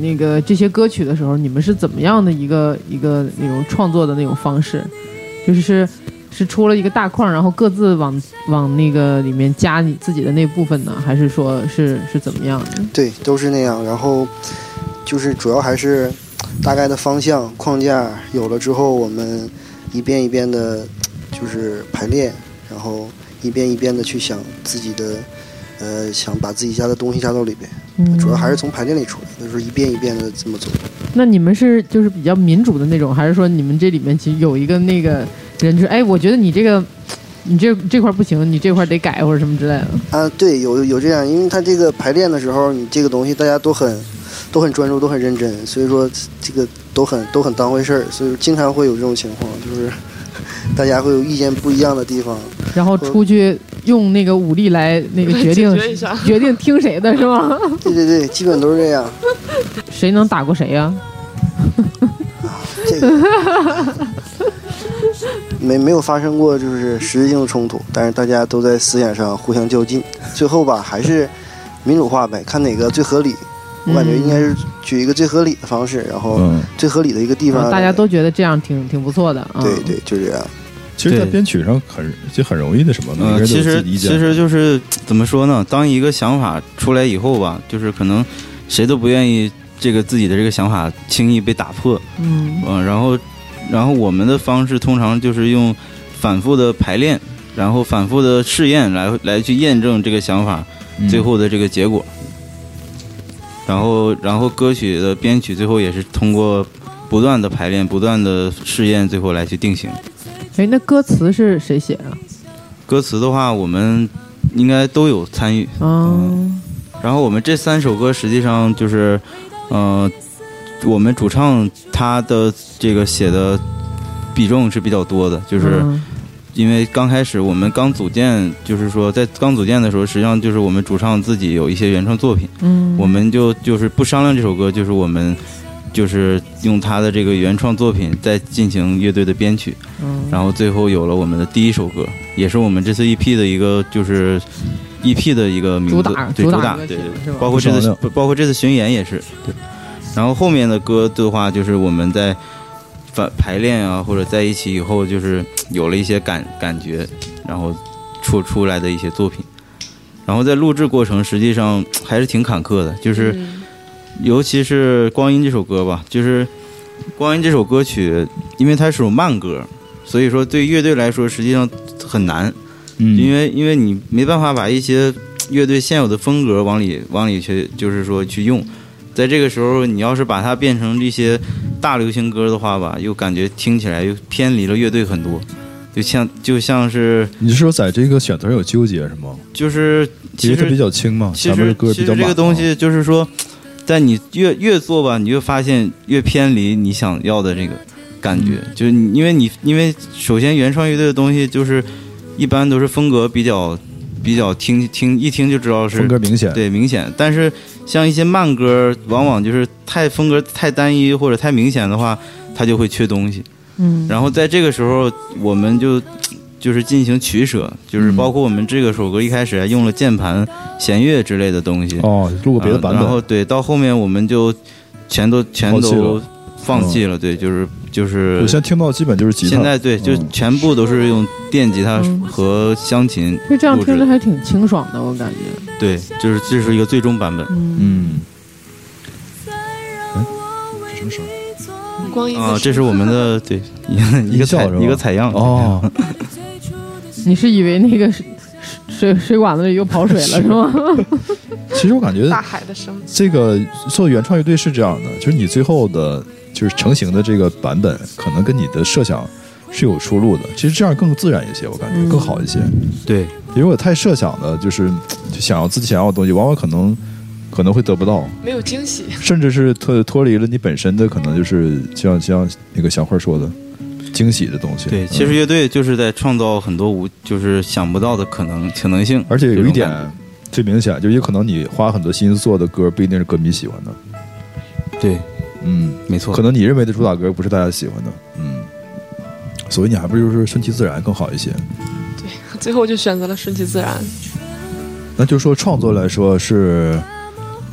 S4: 那个这些歌曲的时候，你们是怎么样的一个一个那种创作的那种方式？就是是是出了一个大框，然后各自往往那个里面加你自己的那部分呢，还是说是是怎么样的？
S7: 对，都是那样。然后就是主要还是大概的方向框架有了之后，我们一遍一遍的，就是排练，然后一遍一遍的去想自己的，呃，想把自己家的东西加到里边。
S4: 嗯
S7: 主要还是从排练里出来，就是一遍一遍的这么走。
S4: 那你们是就是比较民主的那种，还是说你们这里面其实有一个那个人，就是哎，我觉得你这个你这这块不行，你这块得改或者什么之类的。
S7: 啊，对，有有这样，因为他这个排练的时候，你这个东西大家都很都很专注，都很认真，所以说这个都很都很当回事儿，所以经常会有这种情况，就是 *laughs* 大家会有意见不一样的地方。
S4: 然后出去用那个武力来那个决定
S1: 解决一下
S4: 决定听谁的
S1: *laughs*
S4: 是吗？
S7: 对对对，基本都是这样。
S4: 谁能打过谁啊呀、
S7: 这个没没有发生过就是实质性的冲突，但是大家都在思想上互相较劲，最后吧还是民主化呗，看哪个最合理。我感觉应该是
S4: 嗯
S7: 举一个最合理的方式，然后
S5: 嗯，
S7: 最合理的一个地方。
S4: 啊大家都觉得这样挺挺不错的啊。
S7: 对对，就这样。
S5: 其实，在
S2: 对
S5: 编曲上很就很容易那什么，每个
S2: 呃，
S5: 人都
S2: 其
S5: 有自
S2: 实
S5: 己意
S2: 其
S5: 见。
S2: 实就是怎么说呢？当一个想法出来以后吧，就是可能谁都不愿意这个自己的这个想法轻易被打破，
S4: 嗯
S2: 嗯、然后然后我们的方式通常就是用反复的排练，然后反复的试验来来去验证这个想法
S5: 嗯
S2: 最后的这个结果。然后，然后歌曲的编曲最后也是通过不断的排练、不断的试验，最后来去定型。
S4: 哎，那歌词是谁写啊？
S2: 歌词的话，我们应该都有参与。
S4: 嗯，
S2: 然后我们这三首歌实际上就是，呃，我们主唱他的这个写的比重是比较多的，就
S4: 就是
S2: 因为刚开始我们刚组建，就是说在刚组建的时候，实际上就是我们主唱自己有一些原创作品，
S4: 嗯，
S2: 我们就就是不商量这首歌，就是我们就是用他的这个原创作品再进行乐队的编曲，
S4: 嗯，
S2: 然后最后有了我们的第一首歌，也是我们这次 EP 的一个就是 EP 的一个名字，
S4: 主打
S2: 对
S4: 主打
S2: 打，
S4: 歌
S2: 对
S4: 曲
S2: 对对
S4: 是吧
S2: 包括这
S5: 不
S2: 次
S5: 少
S2: 包括这次巡演也是对。然后后面的歌的话，就是我们在反排练啊，或者在一起以后，就是有了一些感感觉，然后出出来的一些作品。然后在录制过程，实际上还是挺坎坷的，就是。
S1: 嗯
S2: 尤其是《光阴》这首歌吧，就是《光阴》这首歌曲，因为它是首慢歌，所以说对乐队来说实际上很难，因
S5: 嗯，
S2: 为因为你没办法把一些乐队现有的风格往里往里去，就是说去用。在这个时候，你要是把它变成这些大流行歌的话吧，又感觉听起来又偏离了乐队很多，就像就像是
S5: 你是说在这个选择上有纠结是吗？
S2: 就是
S5: 因
S2: 其
S5: 为
S2: 实
S5: 它比较轻嘛，
S2: 其
S5: 前面
S2: 实
S5: 的歌
S2: 其实
S5: 比较啊满
S2: 这
S5: 嘛。
S2: 个东西就是说，在你越越做吧，你越发现越偏离你想要的这个感觉。
S5: 嗯
S2: 就是你因为你因为首先原创乐队的东西就是一般都是风格比较比较听听一听就知道
S5: 风
S2: 是
S5: 格明显，
S2: 对明显，但是像一些慢歌，往往就是太风格太单一或者太明显的话，它就会缺东西。
S4: 嗯
S2: 然后在这个时候，我们就就是进行取舍，就是
S5: 嗯
S2: 包括我们这个首歌一开始还用了键盘、弦乐之类的东西，
S5: 哦，录过别的
S2: 啊
S5: 版本，
S2: 然后对，到后面我们就全都全
S5: 抛弃
S2: 都
S5: 了
S2: 放弃了，对，就是就是
S5: 我现在听到基本就是吉他。
S2: 现在对，就
S5: 嗯
S2: 全部都是用电吉他
S4: 嗯
S2: 和湘琴，
S4: 就哎这样听
S2: 录制的
S4: 着还挺清爽的，我感觉。
S2: 对，就是这是一个最终版本
S4: 嗯，
S5: 嗯，
S1: 光阴
S2: 啊，
S1: 的
S2: 这是我们的对一个一
S5: 音
S2: 个
S5: 效
S2: 采
S5: 是吧
S2: 一个采样， *laughs*
S5: 哦，
S4: 你是以为那个水水水管子里又跑水了是吗？
S5: 其实我感觉
S1: 大海的声，
S5: 这个做原创乐队是这样的，就是你最后的，就是成型的这个版本，可能跟你的设想是有出入的。其实这样更自然一些，我感觉
S4: 嗯
S5: 更好一些。
S2: 对，
S5: 因为我太设想了，就是就想要自己想要的东西，往往可能可能会得不到，
S1: 没有惊喜。 *laughs*
S5: 甚至是脱脱离了你本身的，可能就是像像那个小慧说的惊喜的东西。
S2: 对，其实
S5: 嗯
S2: 乐队就是在创造很多无就是想不到的可能可能性，
S5: 而且有一
S2: 这种
S5: 点
S2: 感
S5: 最明显，就有可能你花很多心思做的歌，不一定是歌迷喜欢的。
S2: 觉对，
S5: 嗯，
S2: 没错，
S5: 可能你认为的主打歌不是大家喜欢的，嗯，所以你还不如就是顺其自然更好一些。
S1: 最后就选择了顺其自然。
S5: 那就说创作来说是，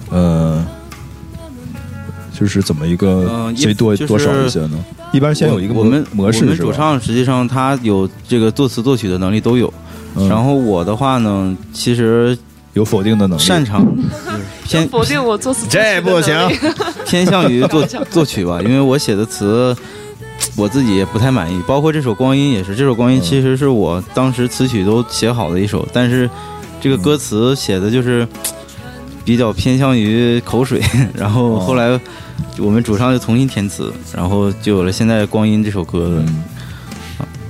S5: 呃，就是怎么一个
S2: 嗯一
S5: 谁多
S2: 就是
S5: 多少一些呢？一般先有一个模
S2: 我们
S5: 模
S2: 我
S5: 式
S2: 们
S5: 是
S2: 主
S5: 吧？
S2: 唱实际上他有这个作词作曲的能力都有，
S5: 嗯
S2: 然后我的话呢，其实
S5: 有否定的能力，
S2: 擅长
S5: 嗯
S2: 偏
S1: 否定我作死
S2: 这不行偏向于作作曲吧，因为我写的词我自己也不太满意，包括这首《光阴》也是，这首《光阴
S5: 嗯》
S2: 其实是我当时词曲都写好的一首，但是这个歌词写的就是比较偏向于口水， *laughs* 然
S5: 哦
S2: 后后来我们主唱就重新填词，然后就有了现在《光阴》这首歌的。
S5: 嗯，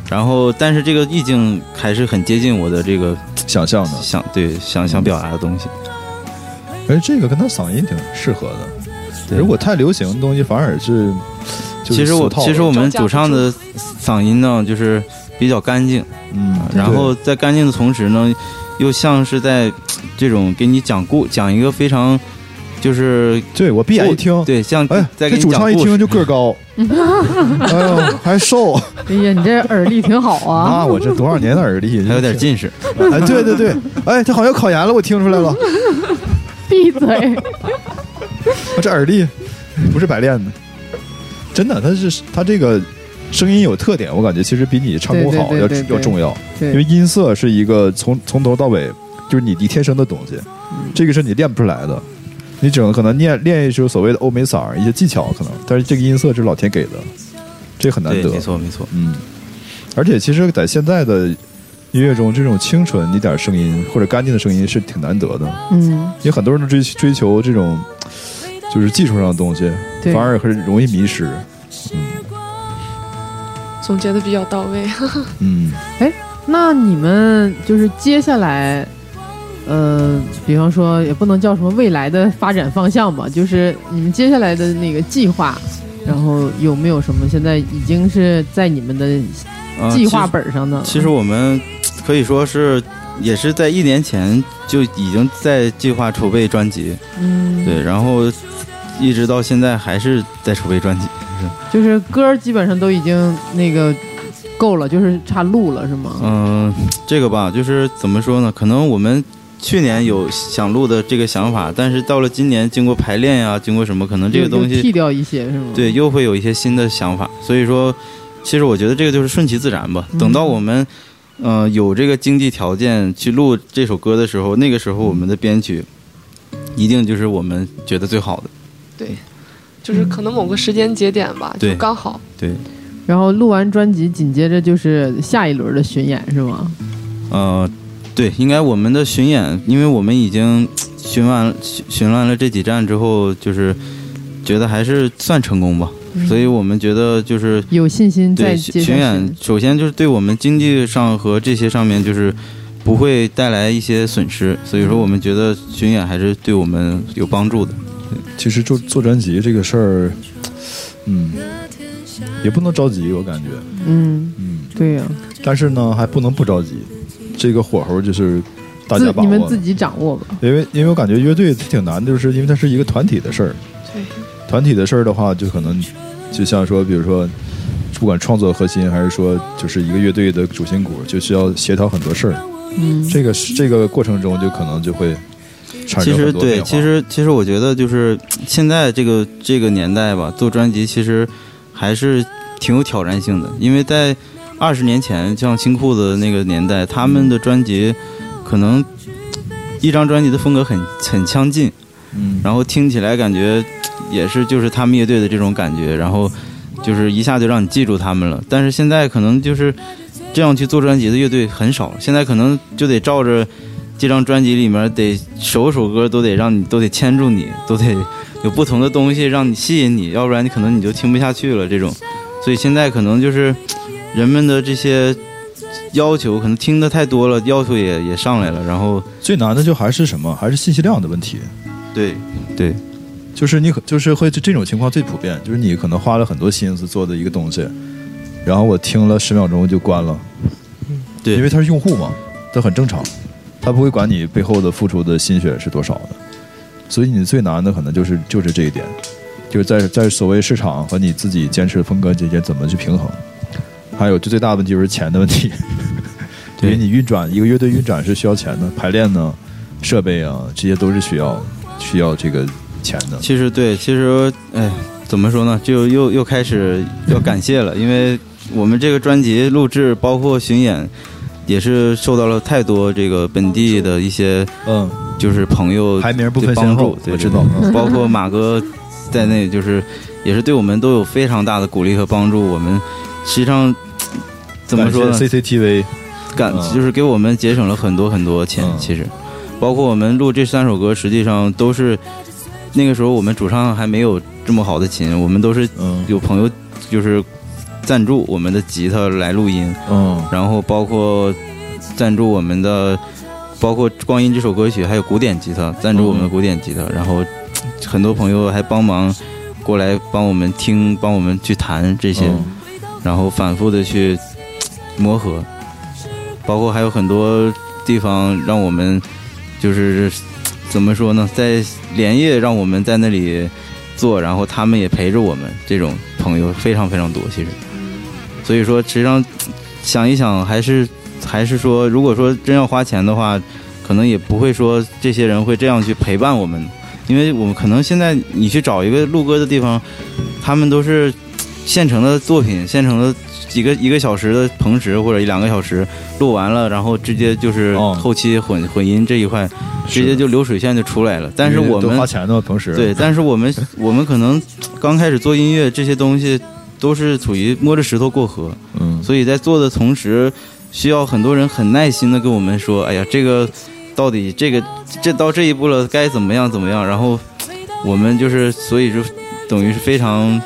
S2: 然后，但是这个意境还是很接近我的这个
S5: 想象的。
S2: 想对想想表达的东西。
S5: 而这个跟他嗓音挺适合的。
S2: 对
S5: 如果太流行的东西，反而是就是
S2: 其实我
S5: 俗套了
S2: 其实我们主唱的嗓音呢，就是比较干净，
S5: 嗯，
S2: 然后在干净的同时呢，又像是在这种给你讲故讲一个非常就是
S5: 对对我闭眼一听，
S2: 对像
S5: 哎，
S2: 在给
S5: 这
S2: 你
S5: 主
S2: 讲
S5: 唱一
S2: 故
S5: 听
S2: 事。
S5: 就个
S2: *laughs*
S5: 儿高，哎呦还瘦。
S4: *laughs* 哎呀，你这耳力挺好啊。
S5: 啊，我这多少年的耳力，
S2: 还有点近视， *laughs*
S5: 哎，对对对，哎，他好像考研了，我听出来了， *laughs*
S4: 闭嘴！
S5: 我这耳力不是白练的，真的，他是他这个声音有特点，我感觉其实比你唱功好
S4: 对对对
S5: 要
S4: 对对
S5: 要重要，因
S4: 对，
S5: 为音色是一个从从头到尾就是你你天生的东西，
S4: 嗯
S5: 这个是你练不出来的，你只能可能练练一首所谓的欧美嗓儿一些技巧可能，但是这个音色是老天给的，这很难
S2: 对，
S5: 得，
S2: 没错没错，
S5: 嗯，而且其实，在现在的音乐中，这种清纯一点声音或者干净的声音是挺难得的，
S4: 嗯，
S5: 因为很多人都追追求这种就是技术上的东西，
S4: 对
S5: 反而很容易迷失。
S1: 总结的比较到位。 *laughs*
S5: 嗯，
S4: 那你们就是接下来，呃，比方说也不能叫什么未来的发展方向吧，就是你们接下来的那个计划，然后有没有什么现在已经是在你们的
S2: 呃
S4: 计
S2: 其
S4: 划
S2: 实
S4: 本上呢？
S2: 其实我们可以说是也是在一年前就已经在计划筹备专辑，
S4: 嗯，
S2: 对，然后一直到现在还是在筹备专辑。
S4: 就是歌儿基本上都已经那个够了，就是差录了是吗？
S2: 嗯、这个吧，就是怎么说呢？可能我们去年有想录的这个想法，但是到了今年，经过排练呀、经过什么，可能这个
S4: 又又
S2: 东西
S4: 剃掉一些是吗？
S2: 对，，又会有一些新的想法。所以说，其实我觉得这个就是顺其自然吧。
S4: 嗯
S2: 等到我们，呃，有这个经济条件去录这首歌的时候，那个时候我们的编曲一定就是我们觉得最好的。
S1: 就是可能某个时间节点吧，就
S2: 对
S1: 刚好。
S2: 对，
S4: 然后录完专辑，紧接着就是下一轮的巡演是吗？
S2: 呃，对，应该我们的巡演，因为我们已经巡完巡巡完了这几站之后，就是觉得还是算成功吧。所以我们觉得就是
S4: 有信心再
S2: 对
S4: 接
S2: 巡
S4: 下
S2: 巡
S4: 去
S2: 演，首先就是对我们经济上和这些上面就是不会带来一些损失，所以说我们觉得巡演还是对我们有帮助的。
S5: 其实做做专辑这个事儿，嗯，也不能着急，我感觉，
S4: 嗯，
S5: 嗯，
S4: 对呀、
S5: 但是呢，还不能不着急，这个火候就是大
S4: 自
S5: 家把
S4: 你
S5: 握
S4: 们
S5: 了
S4: 自己掌握吧。
S5: 因为因为我感觉乐队挺难，就是因为它是一个团体的事儿。
S1: 对，
S5: 团体的事儿的话，就可能就像说，比如说，不管创作核心还是说，就是一个乐队的主心骨，就需要协调很多事儿。
S4: 嗯，
S5: 这个是这个过程中，就可能就会产
S2: 其
S5: 生
S2: 实
S5: 很多
S2: 对，
S5: 变化。
S2: 其实其实我觉得就是现在这个这个年代吧，做专辑其实还是挺有挑战性的，因为在二十年前，像新裤子那个年代，他
S5: 嗯
S2: 们的专辑可能一张专辑的风格很很相近，
S5: 嗯，
S2: 然后听起来感觉也是就是他们乐队的这种感觉，然后就是一下就让你记住他们了。但是现在可能就是这样去做专辑的乐队很少，现在可能就得照着这张专辑里面得首首歌都得让你都得牵住你，都得有不同的东西让你吸引你，要不然你可能你就听不下去了这种。所以现在可能就是人们的这些要求，可能听的太多了，要求也也上来了，然后
S5: 最难的就还是什么？还是信息量的问题。
S2: 对对
S5: 就是你可就是会这种情况最普遍，就是你可能花了很多心思做的一个东西，然后我听了十秒钟就关了，
S2: 对
S5: 因为他是用户嘛，这很正常，他不会管你背后的付出的心血是多少的，所以你最难的可能就是就是这一点，就是在在所谓市场和你自己坚持的风格之间怎么去平衡，还有就最大的问题就是钱的问题， *laughs* 因
S2: 对
S5: 为你运转一个乐队运转是需要钱的，排练呢、设备啊这些都是需要需要这个钱的。
S2: 其实对，其实哎，怎么说呢？就又又开始要感谢了，因为我们这个专辑录制，包括巡演，也是受到了太多这个本地的一些
S5: 嗯，
S2: 就是朋友
S5: 排名不
S2: 对
S5: 分
S2: 帮
S5: 先
S2: 助
S5: 后，，
S2: 对对
S5: 我知道。 *laughs*
S2: 对
S5: 嗯
S2: 包括马哥在内，就是也是对我们都有非常大的鼓励和帮助。我们实际上怎么说呢？
S5: ？CCTV
S2: 感
S5: 嗯
S2: 就是给我们节省了很多很多钱
S5: 嗯，
S2: 其实，包括我们录这三首歌，实际上都是那个时候我们主唱还没有这么好的琴，我们都是
S5: 嗯
S2: 有朋友就是赞助我们的吉他来录音，
S5: 嗯
S2: 然后包括赞助我们的，包括《光阴》这首歌曲，还有古典吉他赞助我们的古典吉他，然后很多朋友还帮忙过来帮我们听，帮我们去弹这些。
S5: 嗯
S2: 然后反复的去磨合，包括还有很多地方让我们就是怎么说呢，在连夜让我们在那里做，然后他们也陪着我们，这种朋友非常非常多，其实，所以说实际上想一想，还是还是说，如果说真要花钱的话，可能也不会说这些人会这样去陪伴我们。因为我们可能现在你去找一个录歌的地方，他们都是现成的作品，现成的几个一个小时的棚时或者一两个小时录完了，然后直接就是
S5: 哦
S2: 后期混混音这一块，直接就流水线就出来了。但是
S5: 因为
S2: 我
S5: 都花
S2: 们
S5: 钱的嘛同时
S2: 对，但是我们我们可能刚开始做音乐这些东西都是处于摸着石头过河，
S5: 嗯
S2: 所以在做的同时，需要很多人很耐心的跟我们说：“哎呀，这个到底这个这到这一步了，该怎么样怎么样。”然后我们就是所以就等于是非常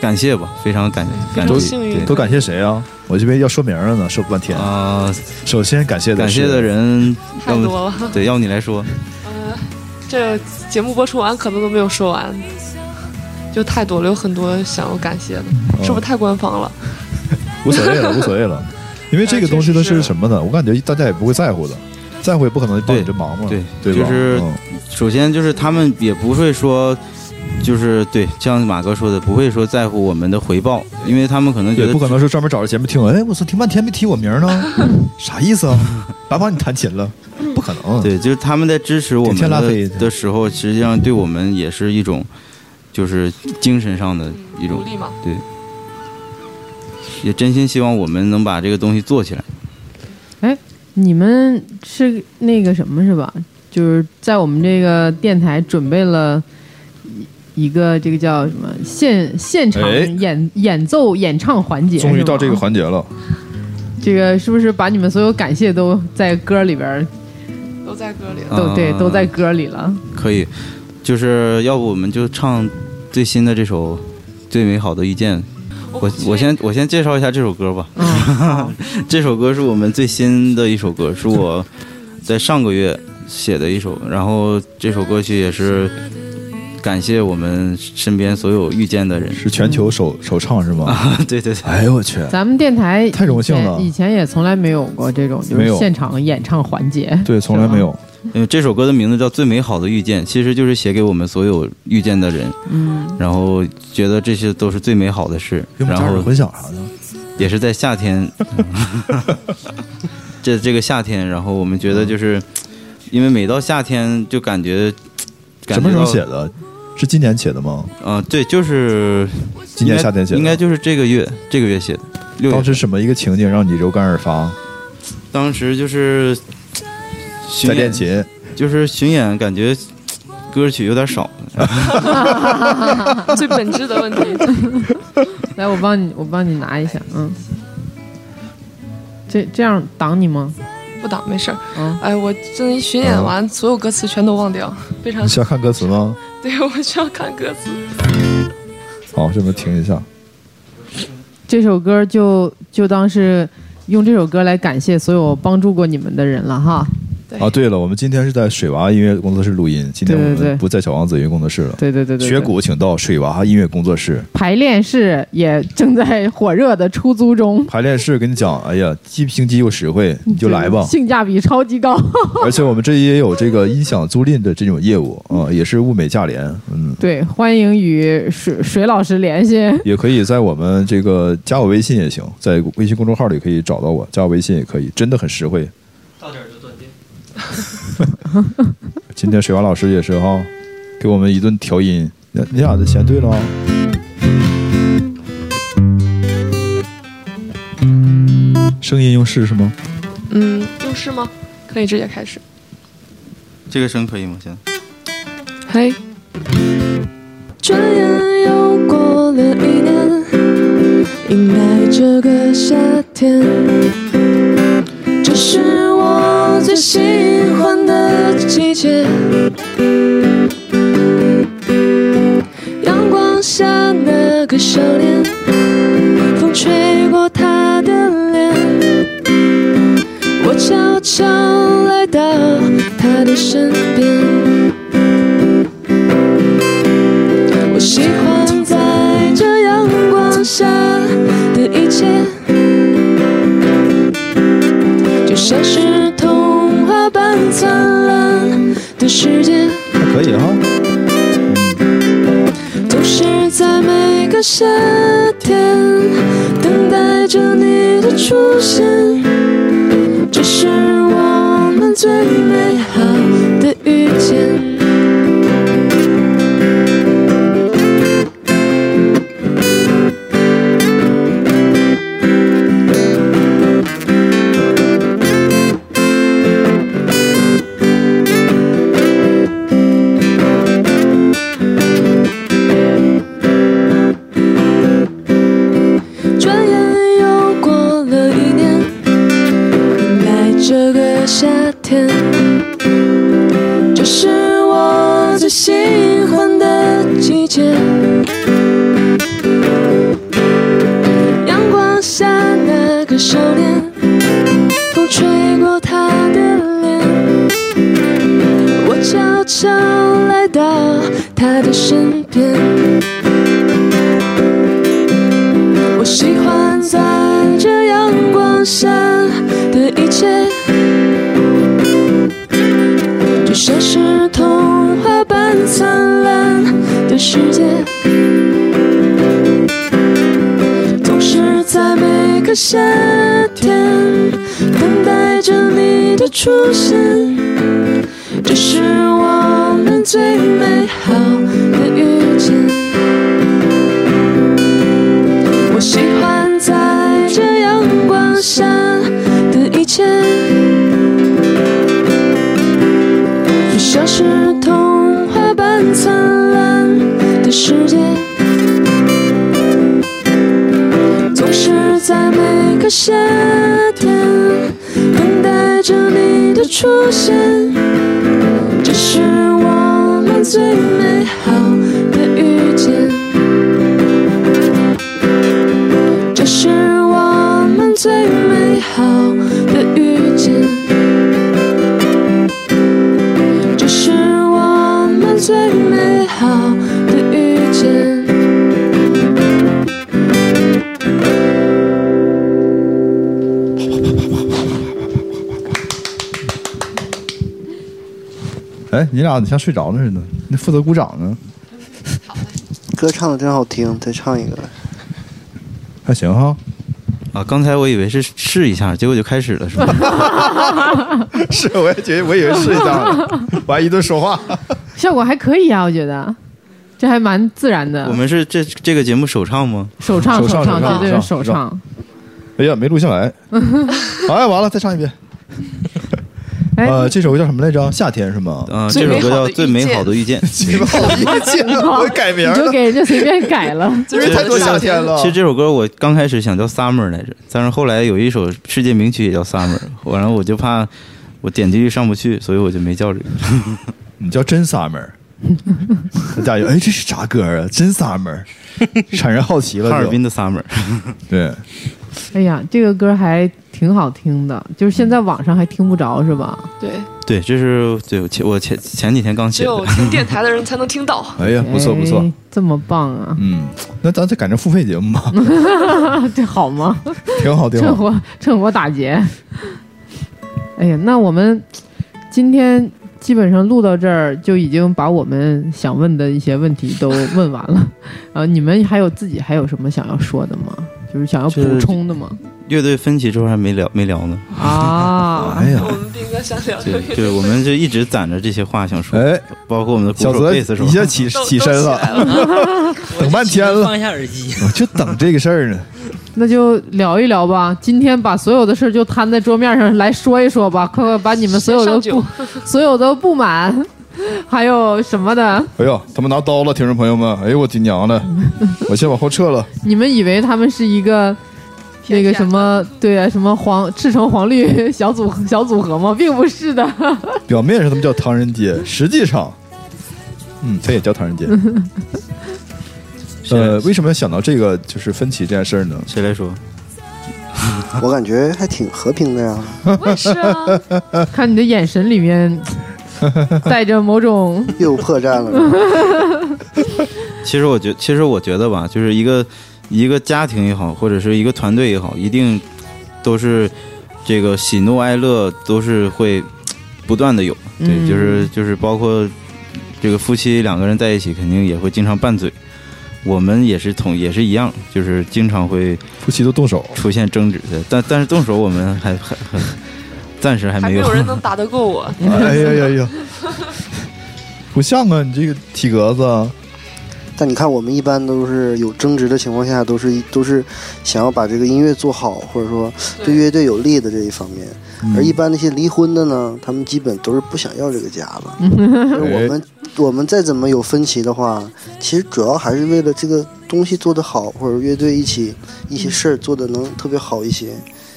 S2: 感谢吧，非常感
S1: 非
S2: 感
S1: 常
S2: 激
S1: 幸运
S2: 对
S5: 都感谢谁啊？我这边要说名儿了呢，说半天。
S2: 啊、
S5: 首先感谢的
S2: 感谢
S5: 是
S2: 的人
S1: 太多了。
S2: 对，要你来说，
S1: 这节目播出完可能都没有说完，就太多了，有很多想要感谢的，
S2: 嗯哦
S1: 是不是太官方了？
S5: 无所谓了，无所谓
S2: *laughs*
S5: 了，因为
S1: 哎
S5: 这个东西它是什么呢？我感觉大家也不会在乎的，在乎也不可能帮你这忙嘛，
S2: 对
S5: 对吧？
S2: 就是
S5: 嗯
S2: 首先就是他们也不会说。就是对，像马哥说的，不会说在乎我们的回报，因为他们可能觉
S5: 也
S2: 得
S5: 不可能说专门找着节目听，哎，我操，听半天没提我名儿呢，啥意思啊？ *laughs* 白帮你弹琴了，不可能。
S2: 对，就是他们在支持我
S5: 顶天
S2: 们
S5: 拉黑
S2: 的的时候，实际上对我们也是一种，就是精神上的一
S1: 鼓
S2: 种，
S1: 励嘛。
S2: 也真心希望我们能把这个东西做起来。
S4: 你们是那个什么是吧？就是在我们这个电台准备了一一个这个叫什么现现场
S5: 哎
S4: 演、演奏演唱环节，
S1: 哎
S5: 终于
S4: 是
S5: 到
S1: 啊
S4: 吗
S5: 这个环节了，
S1: 嗯
S4: 这个是不是把你们所有感谢都在歌里边儿
S1: 都在歌
S2: *laughs*
S1: 里了。
S4: 都、对
S2: 啊
S4: 都在歌里了？
S2: 可以，就是要不我们就唱最新的这首《最美好的遇见》。我我先我先介绍一下这首歌吧。
S4: 嗯，好
S2: *laughs* 这首歌是我们最新的一首歌，是我在上个月写的一首。然后这首歌曲也是感谢我们身边所有遇见的人。 *laughs*
S5: 是全球首首唱
S2: 啊
S5: 是吗？
S2: 对对对，
S5: 哎呦我去，
S4: 咱们电台
S5: 太荣幸
S4: 以前
S5: 了
S4: 以前也从来没有过这种就
S5: 没
S4: 是
S5: 有
S4: 现场演唱环节，
S5: 对，从来没有。
S2: 因为这首歌的名字叫《最美好的遇见》，其实就是写给我们所有遇见的人。
S4: 嗯，
S2: 然后觉得这些都是最美好的事，
S5: 用
S2: 然
S5: 加
S2: 后
S5: 入混响啥的，
S2: 也是在
S1: *laughs*
S2: 夏天，这这个夏天，然后我们觉得就是，因为每到夏天就感觉，感觉
S5: 什么时
S2: 到
S5: 候写？的？是今年写的吗？
S2: 嗯、对，就是
S5: 今年夏天写的，
S2: 应该就是这个月，这个月写的。六月
S5: 当时什么一个情景让你流感而发？
S2: 当时就是巡
S5: 在
S2: 演
S5: 练琴，
S2: 就是巡演，感觉歌曲有点少，
S1: 最本质的问题， *laughs*
S4: 来我帮你我帮你拿一下，嗯，这这样挡你吗？
S1: 不打没事儿。
S4: 嗯
S1: 哎，我真巡演完，所有歌词全都忘掉，非常
S2: 嗯
S5: 你需要看歌词吗？
S1: 对 *laughs* 我需要看歌词。
S5: 好，这边停一下。
S4: 这首歌就就当是用这首歌来感谢所有帮助过你们的人了哈。
S5: 啊，对了，我们今天是在水娃音乐工作室录音，今天
S4: 对对
S5: 我
S4: 对
S5: 们不在小王子音乐工作室了。
S4: 对对对对
S5: 学
S4: 对
S5: 鼓请到水娃音乐工作室
S4: 排练室也正在火热的出租中，
S5: 排练室，跟你讲，哎呀，既平级又实惠，你就来吧。
S4: *laughs* 性价比超级高。
S5: 而且我们这也有这个音响租赁的这种业务啊、也是物美价廉。嗯，
S4: *laughs* 对，欢迎与水水老师联系。
S5: 也可以在我们这个加我微信也行，在微信公众号里可以找到我，加我微信也可以，真的很实惠。
S6: 到点就断电。
S5: *laughs* 今天水娃老师也是哈、给我们一顿调音。你你俩的弦对了啊、声音用试是吗？
S1: 嗯，用是吗？可以直接开始。
S2: 这个声可以吗？现在？
S1: 嘿，
S3: 转眼又过了一年，迎来这个夏天，这是我最喜欢的季节。阳光下那个少年，风吹过他的脸，我悄悄来到他的身边。我喜欢在这阳光下的一切，就像是童话般灿烂的世界，
S5: 还可以哈、
S3: 总是在每个夏天等待着你的出现，这是我们最美好的遇见。转眼又过了一年，迎来这个夏天，这是我最喜欢的季节。阳光下那个少年，风吹过他的脸，我悄悄来到他的身边。我喜欢在这阳光下的一切，就像是童话般灿烂的世界，在每个夏天等待着你的出现，这是我们最美好的遇见。我喜欢在这阳光下的一切，就像是童话般灿烂的世界。总是在每个夏天等待着你的出现，这是我们最美好的遇见，这是我们最美好的遇见，这是我们最美好的遇见。
S5: 哎，你俩像睡着了似的，你负责鼓掌呢，
S7: 歌唱的真好听，再唱一个。
S5: 还行哈。
S2: 啊，刚才我以为是试一下，结果就开始了，
S1: *laughs*
S2: 是吧？
S5: 是，我也觉得，我以为是这样 *laughs* 的，我还一顿说话。
S4: *laughs* 效果还可以啊，我觉得，这还蛮自然的
S2: 我。们是这这个节目首唱吗？
S4: 首唱，
S5: 手唱
S4: 唱，对
S5: 手唱
S4: 对，
S5: 手唱
S4: 首
S5: 手
S4: 唱。
S5: 哎呀，没录下来。 *laughs* 哎，完了，再唱一遍。
S4: 哎，
S5: 呃，这首歌叫什么来着？夏天是吗？
S2: 啊，
S1: 最
S2: 这首歌叫《最
S1: 美
S2: 美
S1: 好
S2: 好
S1: 的
S2: 的遇见》。
S5: *laughs* 你们好意见，我改名
S4: 你就
S5: 了，
S4: 给人家随便改
S5: *laughs*
S4: 了。
S5: 因为太多夏天了
S2: 其。实这首歌我刚开始想叫 Summer 来着，但是后来有一首世界名曲也叫 Summer，我 *laughs* 然后我就怕我点击率上不去，所以我就没叫这个。
S5: 你叫真 summer，大家有哎，这是啥歌啊？真
S2: *laughs*
S5: summer，产生好奇了就。
S2: 哈尔滨的 Summer，
S5: 对，
S4: 哎呀，这个歌还挺好听的，就是现在网上还听不着是吧？
S1: 对，
S2: 对，这是对我前我前前几天刚
S1: 只
S2: 写
S1: 有
S2: 的。
S1: 听电台的人才能听
S2: *laughs*
S1: 到。
S5: 哎呀，不错不错
S4: 哎，，这么棒啊，
S5: 嗯，那咱再改成付费节目吧，
S4: *laughs* 这好吗？
S5: 挺好挺
S4: 趁
S5: 好。
S4: 火趁火打劫。哎呀，那我们今天基本上录到这儿，就已经把我们想问的一些问题都问完了。 *laughs* 啊，你们还有自己还有什么想要说的吗？就是想要
S2: 就是
S4: 补充的吗？
S2: 乐队分歧之后还没聊没聊呢，
S1: *laughs*
S4: 啊
S5: 哎，呀
S1: 我，们斌哥想聊聊 *laughs*
S2: 对，就是我们就一直攒着这些话想说，
S5: 哎，
S2: 包括我们的鼓
S5: 小
S2: 手、
S5: 泽
S2: 贝斯手
S5: 一。下起
S1: 都
S5: 起身
S4: *laughs*
S1: 都
S5: 了，
S1: 来了，
S5: *laughs* 等半天
S6: 我就
S5: 了，
S6: 放下耳机。
S5: 我就等这个事儿呢。
S4: 那就聊一聊吧。今天把所有的事儿就摊在桌面上来说一说吧，快快把你们所
S1: *laughs*
S4: 有
S1: 上
S4: 的
S1: 酒
S4: 不所有的不满，还有什么的，
S5: 哎呦，他们拿刀了，听众朋友们！哎呦，我的娘
S6: *laughs*
S5: 了，我先往后撤了。
S4: 你们以为他们是一个那个什么对啊什么黄赤橙黄绿 *laughs* 小组小组合吗？并不
S1: *laughs*
S4: 是的，
S5: 表面上他们叫唐人街，实际上，嗯，他也叫唐
S6: *laughs*
S5: 人街。呃，为什么想到这个就是分歧这件事儿呢？
S2: 谁来说？
S7: 我感觉还挺和平的呀。
S1: 我也是啊，
S4: 看你的眼神里
S1: *laughs*
S4: 面带着某种
S7: 又有破绽了，
S2: 其实我觉，其实我觉得吧，就是一个一个家庭也好，或者是一个团队也好，一定都是这个喜怒哀乐都是会不断的有，对，
S4: 嗯
S2: 就是就是包括这个夫妻两个人在一起，肯定也会经常拌嘴。我们也是同也是一样，就是经常会
S5: 夫妻都动
S6: *laughs*
S5: 手，
S2: 出现争执的，但但是动手我们还还还暂时还
S1: 还
S2: 没
S1: 没
S2: 有。
S1: 有人能打得过我。
S5: 哎呀呀呀，不像啊，你这个体格子，啊
S7: 但你看，我们一般都是有争执的情况下，都是都是想要把这个音乐做好，或者说对乐队有利的这一方面。而一般那些离婚的呢，他们基本都是不想要这个家了。而我们我们再怎么有分歧的话，其实主要还是为了这个东西做得好，或者乐队一起一些事儿做得能特别好一些。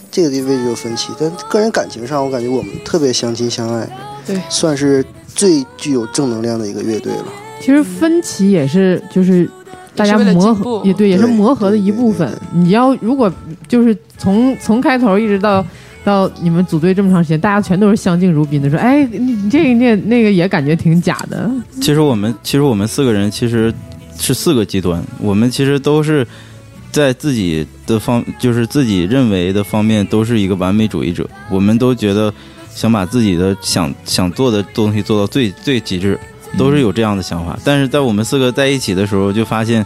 S7: 这个地位置有分歧，但个人感情上，我感觉我们特别相亲相爱，
S1: 对
S7: 算是最具有正能量的一个乐队了。
S4: 其实分歧也是就是。大家
S1: 也是为了
S4: 磨
S1: 进步
S4: 合也对，也是
S7: 对
S4: 磨合的一部分
S7: 对对。
S4: 你要如果就是从从开头一直到到你们组队这么长时间，大家全都是相敬如宾的说，哎，你你这个那那个也感觉挺假的，
S2: 其实我们其实我们四个人其实是四个极端，我们其实都是在自己的方，就是自己认为的方面都是一个完美主义者，我们都觉得想把自己的想想做的东西做到最最极致，都是有这样的想法。但是在我们四个在一起的时候，就发现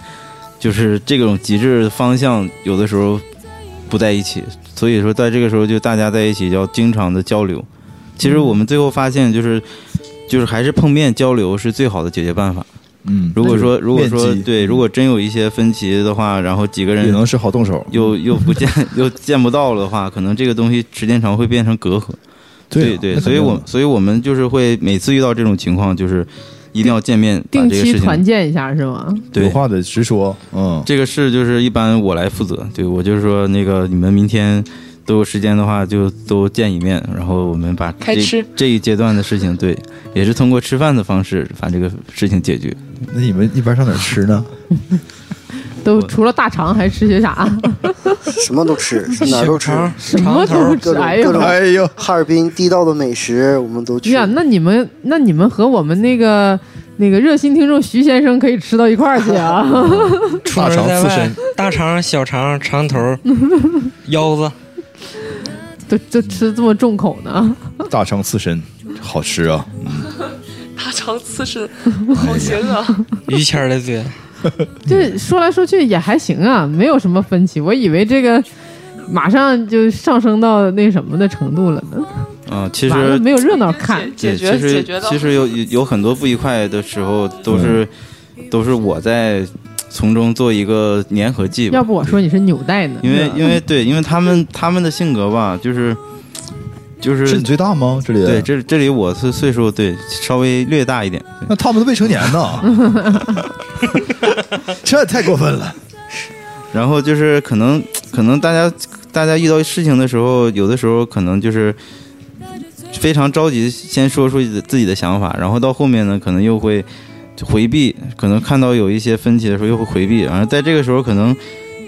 S2: 就是这种极致的方向有的时候不在一起，所以说在这个时候就大家在一起要经常的交流。其实我们最后发现就是，就是还是碰面交流是最好的解决办法。
S5: 嗯，
S2: 如果说如果说
S5: 面基
S2: 对，如果真有一些分歧的话，然后几个
S5: 也
S2: 人
S5: 能是好动手，
S2: 又又不见又见不到的话，可能这个东西时间长会变成隔阂。对
S5: 啊
S2: 对，
S5: 那
S2: 所以
S5: 肯定
S2: 我
S5: 的
S2: 所以我们就是会每次遇到这种情况，就是一定要见面把
S4: 定
S2: 这个
S4: 期
S2: 事
S4: 团
S2: 情
S4: 建一下是吗？
S2: 对
S5: 有话得直说，嗯，
S2: 这个事就是一般我来负责，对我就是说那个你们明天都有时间的话就都见一面，然后我们把
S1: 开
S2: 这
S1: 吃
S2: 这一阶段的事情，对，也是通过吃饭的方式把这个事情解决。
S5: 那你们一般上哪儿吃
S6: *laughs*
S5: 呢？
S4: 都除了大肠还吃些啥？
S7: 什么都 *laughs* 吃， *laughs* 哪儿都吃。
S4: 什么都吃，
S7: 各种
S4: 哎
S7: 各
S4: 呦！
S7: 种
S5: 哎呦，
S7: 哈尔滨地道的美食我们都
S4: 哎
S7: 吃。
S4: 呀，那你们那你们和我们那个那个热心听众徐先生可以吃到一块儿去啊！ *laughs*
S6: 出
S5: 大
S6: 门
S5: 肠
S6: 在
S5: 刺
S6: 外
S5: 身，
S6: 大肠、小肠、肠
S4: *laughs*
S6: 头、腰子，
S4: 都都吃这么重口呢？
S5: 大肠刺身好吃啊，
S1: 大肠刺
S2: *laughs*
S1: 身，好邪恶啊！
S6: 于谦儿的嘴，
S4: 这说来说去也还行啊，没有什么分歧。我以为这个马上就上升到那什么的程度了呢，
S2: 啊、其
S4: 完了
S2: 实
S4: 没有热闹看。
S1: 解
S2: 对
S1: 决
S2: 其实
S1: 解决到
S2: 其实有有有很多不愉快的时候，都是、都是我在从中做一个粘合剂吧。
S4: 要不我说你是纽带呢？
S2: 因为
S4: 是
S5: 嗯
S4: 吧
S2: 因为对，因为他们他们的性格吧，就是就是
S5: 是你最大吗？这里
S2: 对，这这里我是岁数对稍微略大一点，对
S5: 那他们都未成年呢， *laughs* 这也太过分了。
S2: 然后就是可能可能大家大家遇到事情的时候，有的时候可能就是非常着急，先说出自己的想法，然后到后面呢，可能又会回避，可能看到有一些分歧的时候又会回避，然后在这个时候可能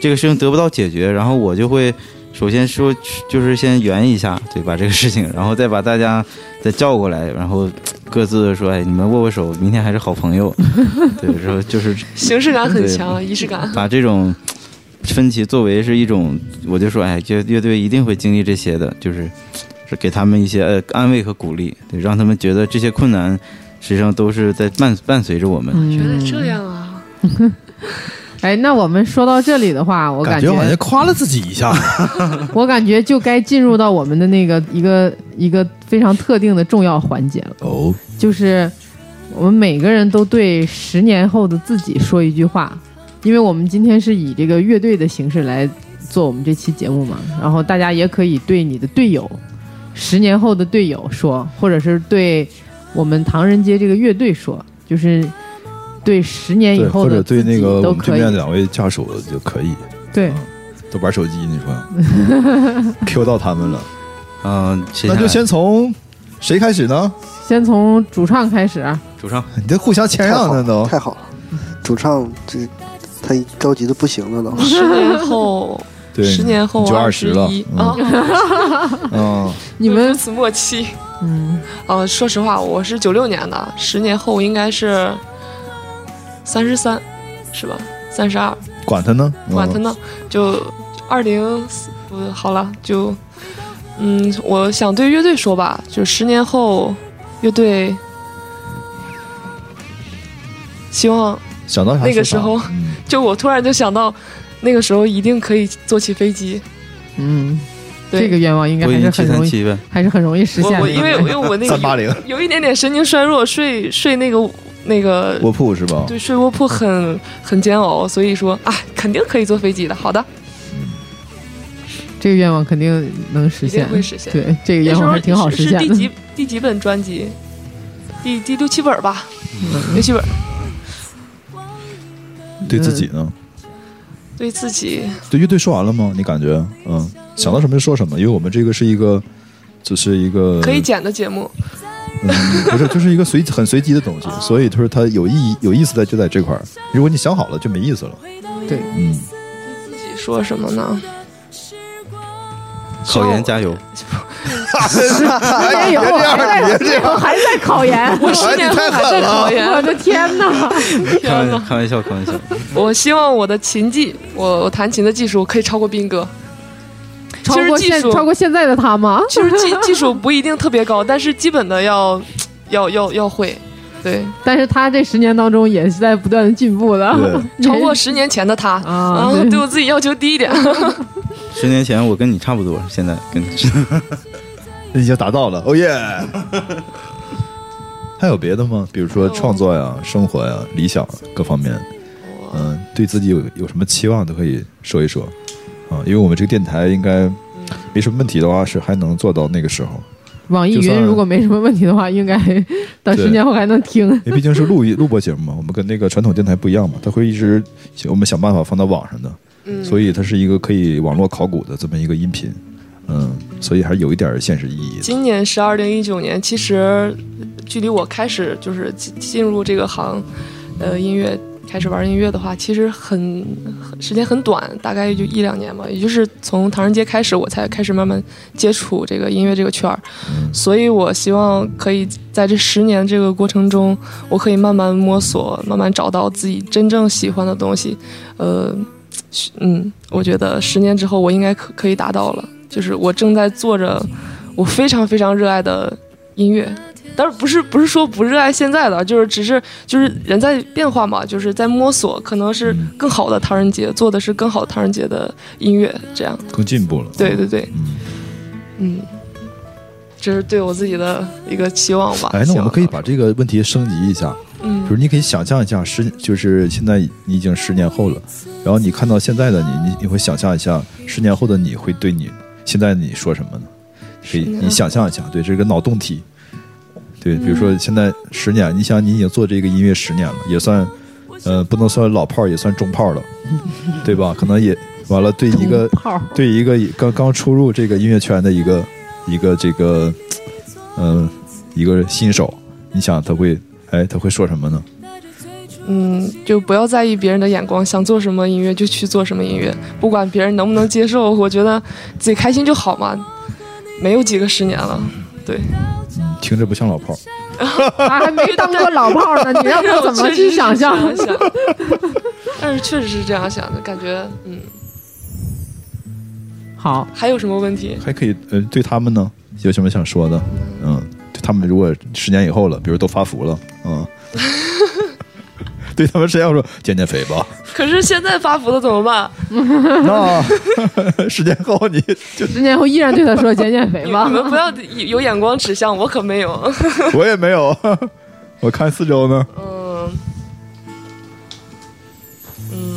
S2: 这个事情得不到解决，然后我就会。首先说，就是先圆一下，对，把这个事情，然后再把大家再叫过来，然后各自地说，哎，你们握握手，明天还是好朋友， *laughs* 对，然后就是
S1: 形式感很强，仪式
S4: *laughs*
S1: 感。
S2: 把这种分歧作为是一种，我就说，哎，乐乐队一定会经历这些的，就是是给他们一些呃安慰和鼓励，对，让他们觉得这些困难实际上都是在伴伴随着我们。
S1: 原来
S4: 嗯，
S1: 这样啊！
S4: 哎，那我们说到这里的话， *laughs* 我
S5: 感
S4: 觉
S5: 觉好像夸了自己
S4: *laughs*
S5: 一下，
S4: 我感觉就该进入到我们的那个一个一个非常特定的重要环节了，
S5: 哦，
S4: 就是我们每个人都对十年后的自己说一句话，因为我们今天是以这个乐队的形式来做我们这期节目嘛，然后大家也可以对你的队友，十年后的队友说，或者是对我们唐人街这个乐队说，就是对十年哎以
S5: 对，
S4: 后
S5: 或
S4: 的
S5: 者对
S4: 自己
S5: 那个
S4: 都
S5: 我们对
S4: 可
S5: 面
S4: 以，
S5: 两位家属就可以，
S4: 对，
S5: 都玩手机，你说
S4: *laughs*
S5: ，Q 到他们了，
S2: 嗯、谁
S5: 那就
S2: 来
S5: 先从谁开始呢？
S4: 先从主唱开始啊。
S2: 主唱，
S5: 你这互相谦
S7: 太
S5: 让
S7: 好
S5: 的
S7: 了，
S5: 都，
S7: 太好了。主唱这他着急的不行了 *laughs* 都。
S1: 十年后，
S5: 对，
S1: 十年后
S5: 你就二十
S1: 十
S5: 了
S1: 一，啊
S5: 嗯，嗯，
S4: 你们
S1: 如此默契。
S4: 嗯，
S1: 呃，说实话，我是九六年的，十年后应该是三十三，是吧？三十二，
S5: 管他呢，嗯
S1: 管他呢，就二零四，不好了，就嗯，我想对乐队说吧，就十年后，乐队希望，
S5: 想到啥
S1: 那个
S5: 说啥
S1: 时候
S5: 嗯
S1: 就我突然就想到，那个时候一定可以坐起飞机。
S4: 嗯，
S1: 对
S4: 这个愿望应该
S2: 播
S4: 还是
S2: 音七
S4: 很
S2: 三
S4: 容易，
S2: 七呗，
S4: 还是很容易实
S1: 我
S4: 现
S1: 我
S4: 的。
S1: 因为因为我那个
S5: 三
S1: *laughs*
S5: 八零
S1: 有一点点神经衰弱，睡睡那个那个
S5: 卧铺是吧？
S1: 对睡卧铺很很煎熬，所以说啊，肯定可以坐飞机的。好的，
S4: 这个愿望肯定能实
S1: 一定
S4: 现。
S1: 会实现。
S4: 对，这个
S1: 那
S4: 愿
S1: 时
S4: 望
S1: 候
S4: 还挺好实
S1: 是
S4: 现
S1: 第
S4: 的。
S1: 几第几本专辑？第第六七本吧，
S4: 嗯
S1: 六七本。
S5: 对自己呢？
S1: 对自己，
S5: 对乐队说完了吗？你感觉，嗯，想到什么就说什么，因为我们这个是一个，就是一个
S1: 可以剪的节目，
S5: 嗯，不是，就是一个随很随机的东
S1: 哦
S5: 西，所以就是它有意义、有意思在就在这块儿。如果你想好了，就没意思了。
S4: 对，
S5: 嗯，
S1: 自己说什么呢？
S4: 嗯
S2: 考研加油！
S4: 哎呦，还在还在考研，
S1: 我十年后还在考
S4: 我
S1: 研，
S4: 的天哪！
S2: 开
S1: 天
S2: 玩
S1: 哪！
S2: 开玩笑，开玩笑。
S1: 我希望我的琴技，我我弹琴的技术可以超过斌哥。
S4: *laughs* 超过
S1: 其实技
S4: 现
S1: 术
S4: 超过现在的他吗？
S1: 其实技技术不一定特别高，但是基本的要要要要会，对，
S4: 但是他这十年当中也是在不断的进步的，
S1: 哦
S5: 对，嗯
S1: 超过十年前的他。
S4: 啊
S1: 啊，
S4: 对
S1: 对我自己要求低一点，
S2: 十年前我跟你差不多，现在跟你
S5: 已经达到了，哦耶！ *laughs* 还有别的吗？比如说创作呀、生活呀、理想啊各方面，
S1: 我
S5: 嗯，对自己有有什么期望都可以说一说啊、因为我们这个电台应该没什么问题的话，是还能做到那个时候，
S4: 网易
S5: 就
S4: 云
S5: 算
S4: 如果没什么问题的话，应该到
S5: 对
S4: 十年后还能听。
S5: 因为毕竟是录一录播节目嘛，我们跟那个传统电台不一样嘛，它会一直我们想办法放到网上的，
S1: 嗯，
S5: 所以它是一个可以网络考古的这么一个音频，嗯，所以还是有一点现实意义的。
S1: 今年是二零一九年，其实距离我开始就是进进入这个行，呃，音乐开始玩音乐的话，其实很很时间很短，大概也就一两年吧。也就是从唐人街开始，我才开始慢慢接触这个音乐这个圈儿。所以我希望可以在这十年这个过程中，我可以慢慢摸索，慢慢找到自己真正喜欢的东西。呃，嗯，我觉得十年之后我应该可可以达到了，就是我正在做着我非常非常热爱的音乐。但是不是不是说不热爱现在的，就是只是就是人在变化嘛，就是在摸索，可能是更好的唐人街做的是更好的唐人街的音乐，这样。
S5: 更进步了，
S1: 对对对，
S5: 嗯，
S1: 嗯，这是对我自己的一个期望吧。
S5: 哎，那我
S1: 希
S5: 们
S1: 望
S5: 可以把这个问题升级一下，比如
S1: 嗯
S5: 你可以想象一下十，就是现在你已经十年后了，然后你看到现在的你，你你会想象一下十年后的你会对你现在的你说什么呢？可以，
S1: 10年
S5: 你想象一下，对，这是个脑洞题。对，比如说现在十年，你想你已经做这个音乐十年了，也算，呃，不能算老炮儿，也算中炮了，对吧？可能也完了，对一个
S4: 炮儿，
S5: 对一个刚刚出入这个音乐圈的一个一个这个，嗯、一个新手，你想他会，哎，他会说什么呢？
S1: 嗯，就不要在意别人的眼光，想做什么音乐就去做什么音乐，不管别人能不能接受，我觉得自己开心就好嘛。没有几个十年了，
S5: 听着不像老炮儿，
S4: 他啊还没当过老炮儿呢，你 *laughs*
S1: *laughs*
S4: 让我怎么去想象？
S1: 我确实是
S4: *laughs*
S1: 这样想但是确实是这样想的，感觉嗯，
S4: 好，
S1: 还有什么问题？
S5: 还可以，呃，对他们呢有什么想说的？嗯，对他们如果十年以后了，比如都发福了，嗯， *laughs* 对他们谁要说减减肥吧？
S1: 可是现在发福的怎么办？
S5: 那 *laughs* 十年后你
S4: 十年后依然对他说减减肥
S1: 你 *laughs*
S4: 吧
S1: 你。们不要有眼光指向我，可没有。 *laughs*
S5: 我也没有， *laughs* 我看四周呢，
S1: 嗯，嗯，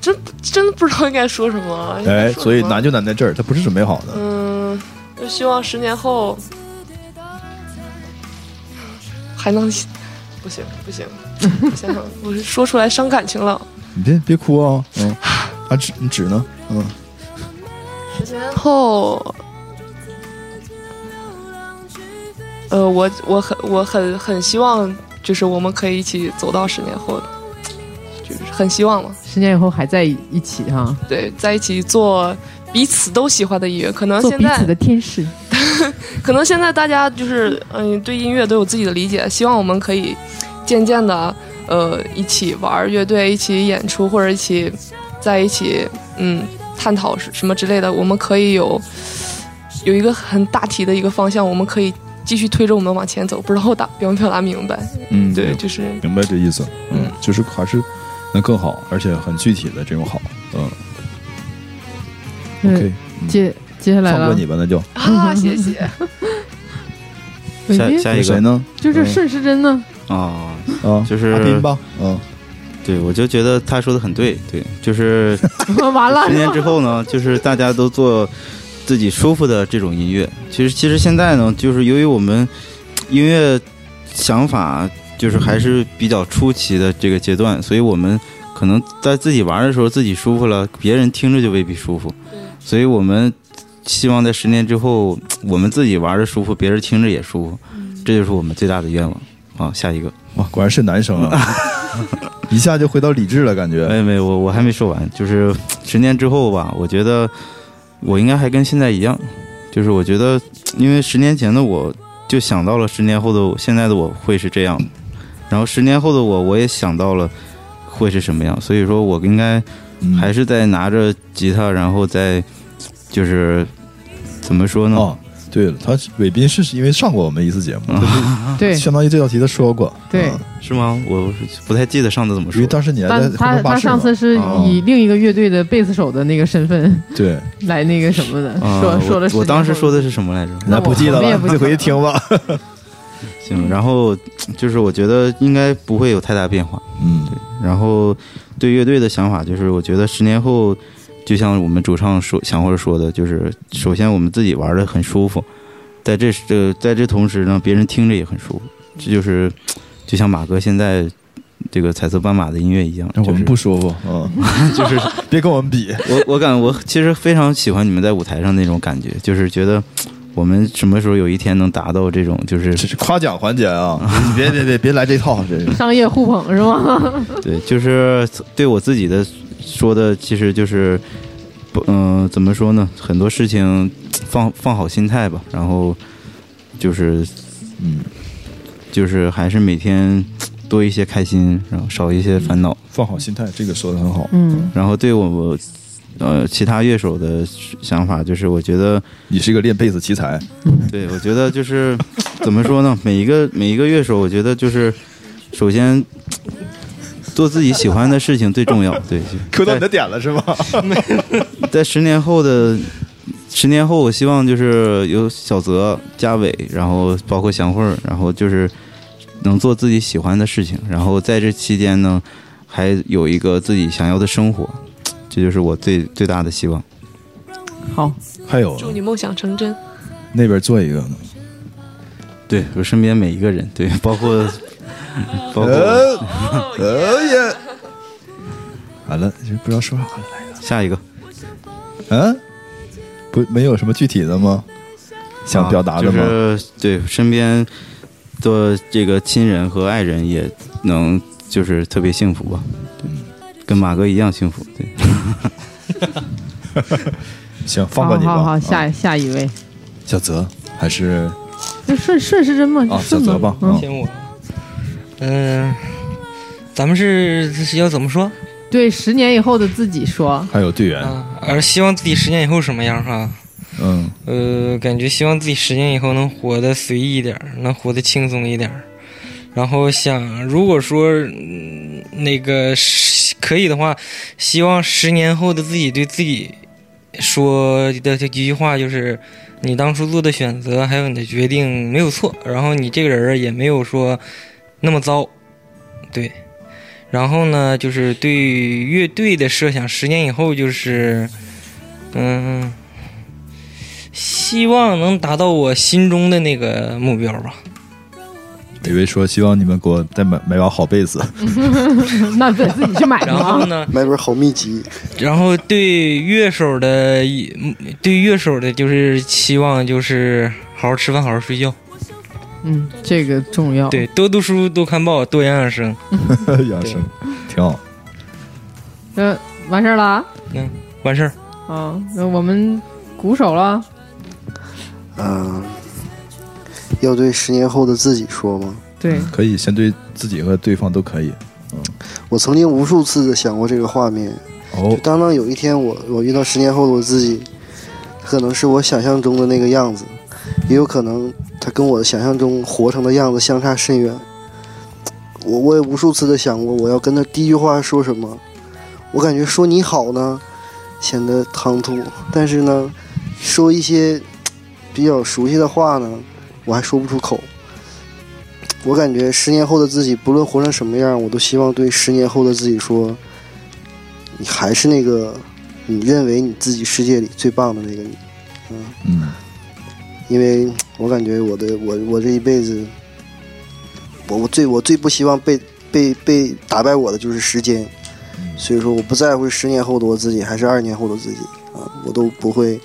S1: 真真不知道应该说什么。啊应该
S5: 哎，
S1: 说
S5: 所以
S1: 什么
S5: 难就难在这儿，它不是准备好的，
S1: 嗯，就希望十年后还能， *laughs* 不行不行，我想想，我是说出来伤感情了。
S5: 你别别哭啊、嗯，啊纸你纸呢？嗯，
S1: 十年后，呃，我我很我很很希望，就是我们可以一起走到十年后的，就是很希望嘛。
S4: 十年以后还在一起哈，
S1: 对，在一起做彼此都喜欢的音乐。可能
S4: 做
S1: 现
S4: 彼此
S1: 在，
S4: 的天使。
S1: 可能现在大家就是嗯，对音乐都有自己的理解。希望我们可以渐渐的，呃，一起玩儿乐队，一起演出，或者一起在一起，嗯，探讨是什么之类的。我们可以有有一个很大体的一个方向，我们可以继续推着我们往前走。不知道我打表没表达明白？
S5: 嗯
S1: 对，就是
S5: 明白这意思，嗯
S1: 嗯，
S5: 就是还是能更好，而且很具体的这种好，嗯
S4: 嗯
S5: ，OK，
S4: 接接下嗯来
S5: 放过
S4: 了
S5: 你，吧，那就
S1: 啊，谢谢。
S4: 伟
S2: 下
S4: 斌
S2: 下
S5: 那
S2: 一
S5: 谁
S2: 个
S5: 呢？
S4: 就是顺时针呢， *laughs*
S2: 啊，
S5: 啊，
S2: 就是
S5: 阿斌吧，嗯，
S2: 对我就觉得他说的很对，对，就是
S4: 完了
S2: 十年之后呢，就是大家都做自己舒服的这种音乐。其实，其实现在呢，就是由于我们音乐想法就是还是比较初期的这个阶段，所以我们可能在自己玩的时候自己舒服了，别人听着就未必舒服。所以我们希望在十年之后，我们自己玩的舒服，别人听着也舒服，这就是我们最大的愿望。好，下一个。
S5: 哇，果然是男生 *laughs* 啊，一下就回到理智了，感觉。
S2: 没有没有，我我还没说完，就是十年之后吧，我觉得我应该还跟现在一样，就是我觉得，因为十年前的我就想到了十年后的我，现在的我会是这样，然后十年后的我，我也想到了会是什么样，所以说我应该
S5: 嗯
S2: 还是在拿着吉他，然后再就是怎么说呢？
S5: 哦，对了，他韦斌是因为上过我们一次 *laughs* 节目，
S4: 对
S5: 相当于这道题他说过，
S4: 对
S5: 啊
S2: 是吗？我不太记得上次怎么
S5: 因为
S2: 说。
S5: 当时你还在
S4: 但
S5: 红
S4: 他
S5: 灯巴
S4: 他
S5: 士
S4: 上次
S5: 嘛
S4: 是以另一个乐队的贝斯手的那个身份 *laughs*
S5: 对，
S4: 来那个什么的，
S2: 啊
S4: 说说了
S2: 我，我当时说
S4: 的
S2: 的是什么来着？
S4: 那
S5: 那
S4: 不
S5: 不
S4: 记
S5: 记
S4: 得
S5: 得
S4: 了
S5: 了，
S4: 我
S5: 你
S4: 们也不记得
S5: 自己回去听吧。
S2: 行，然后就是我觉得应该不会有太大变化。
S5: 嗯，
S2: 然后对乐队的想法就是，我觉得十年后，就像我们主唱说想或者说的，就是首先我们自己玩的很舒服，在这这在这同时呢，别人听着也很舒服。这就是就像马哥现在这个彩色斑马的音乐一样，
S5: 哎
S2: 就
S5: 我
S2: 是
S5: 们不舒 *laughs* 服，嗯，
S2: 就是
S5: 别跟我们比，
S2: 我我感我其实非常喜欢你们在舞台上那种感觉，就是觉得我们什么时候有一天能达到这种，就是
S5: 这是夸奖环节 *laughs* 啊！你别别别别来这套，这是
S4: *laughs* 商业互捧是吗？
S2: *laughs* 对，就是对我自己的说的，其实就是不嗯、怎么说呢？很多事情放放好心态吧，然后就是
S5: 嗯，
S2: 就是还是每天多一些开心，然后少一些烦恼。
S5: 放好心态，这个说的很好。
S4: 嗯，
S2: 然后对我我呃其他乐手的想法，就是我觉得。
S5: 你是一个练贝斯奇才，
S2: 对，我觉得就是怎么说呢？每一个每一个乐手，我觉得就是首先做自己喜欢的事情最重要。对，就
S5: 磕到
S2: 在
S5: 你的点了是吗？
S2: 在十年后的十年后，我希望就是有小泽、嘉伟，然后包括祥慧儿，然后就是能做自己喜欢的事情，然后在这期间呢，还有一个自己想要的生活，这就是我最最大的希望。
S4: 好，
S5: 还有
S1: 祝你梦想成真。
S5: 那边做一个呢，
S2: 对我身边每一个人，
S5: *laughs*
S2: 对，包括包括我。
S5: 呃呃 *laughs* 耶，完了，这不知道说啥了，
S2: 下一个。
S5: 嗯，不没有什么具体的吗？想表达的
S2: 啊就
S5: 吗？
S2: 是对身边的这个亲人和爱人也能就是特别幸福吧，对，跟马哥一样幸福。对，
S5: 行，放过你
S4: 好好好，
S5: 吧。
S4: 下下一位，
S5: 小泽还是
S4: 就顺顺时针嘛，
S5: 啊，小
S4: 顺
S5: 泽吧
S4: 嘛，，嗯
S5: 嗯，
S6: 先我，哦嗯、咱们是是要怎么说
S4: 对，十年以后的自己说， *laughs*
S5: 还有队员，
S6: 啊？而希望自己十年以后什么样哈、
S5: 嗯，
S6: 呃，感觉希望自己十年以后能活得随意一点儿，能活得轻松一点儿。然后想，如果说、嗯、那个是可以的话，希望十年后的自己对自己说的这几句话就是：你当初做的选择还有你的决定没有错，然后你这个人儿也没有说那么糟，对。然后呢，就是对乐队的设想，十年以后就是，嗯。希望能达到我心中的那个目标吧。
S5: 以为说希望你们给我再买买把好贝 *laughs* 斯，
S4: 那得自己去买
S6: 然后
S4: 嘛。
S6: 呢，
S7: 买本好秘籍，
S6: 然后对乐手的，嗯对乐手的就是期望就是好好吃饭，好好睡觉，
S4: *laughs* 嗯，这个重要。
S6: 对，多读书，多看报，多养养生。
S5: 养生挺好。
S4: 呃，完事儿了啊
S6: 完事儿，
S4: 啊，那我们鼓手了，
S7: 嗯，要对十年后的自己说吗？
S4: 对，
S5: 可以先对自己和对方都可以。
S7: 我曾经无数次的想过这个画面，
S5: 哦，
S7: 当当有一天我我遇到十年后的我自己，可能是我想象中的那个样子，也有可能他跟我想象中活成的样子相差甚远。我我也无数次的想过，我要跟他第一句话说什么。我感觉说你好呢，显得唐突；但是呢，说一些比较熟悉的话呢，我还说不出口。我感觉十年后的自己，不论活成什么样，我都希望对十年后的自己说。你还是那个你认为你自己世界里最棒的那个你，
S5: 嗯，
S7: 因为我感觉我的我我这一辈子，我我最我最不希望被被被打败我的就是时间，所以说我不在乎十年后的我自己还是二十年后的自己啊，我都不会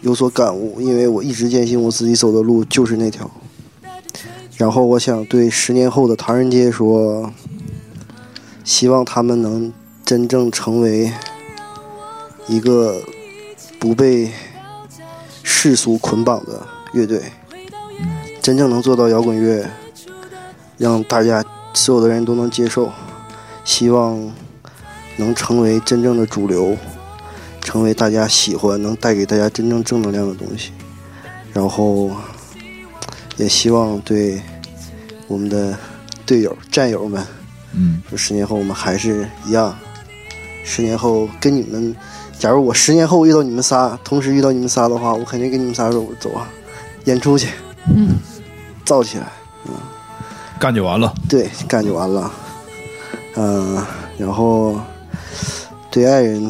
S7: 有所感悟，因为我一直坚信我自己走的路就是那条。然后我想对十年后的唐人街说，希望他们能真正成为一个不被世俗捆绑的乐队，真正能做到摇滚乐，让大家所有的人都能接受。希望能成为真正的主流，成为大家喜欢，能带给大家真正正能量的东西。然后也希望对我们的队友、战友们，
S5: 嗯，
S7: 说十年后我们还是一样，十年后跟你们，假如我十年后遇到你们仨，同时遇到你们仨的话，我肯定跟你们仨说，我走啊，演出去，
S4: 嗯，
S7: 造起来，
S5: 干就完了。
S7: 对，干就完了。嗯、然后对爱人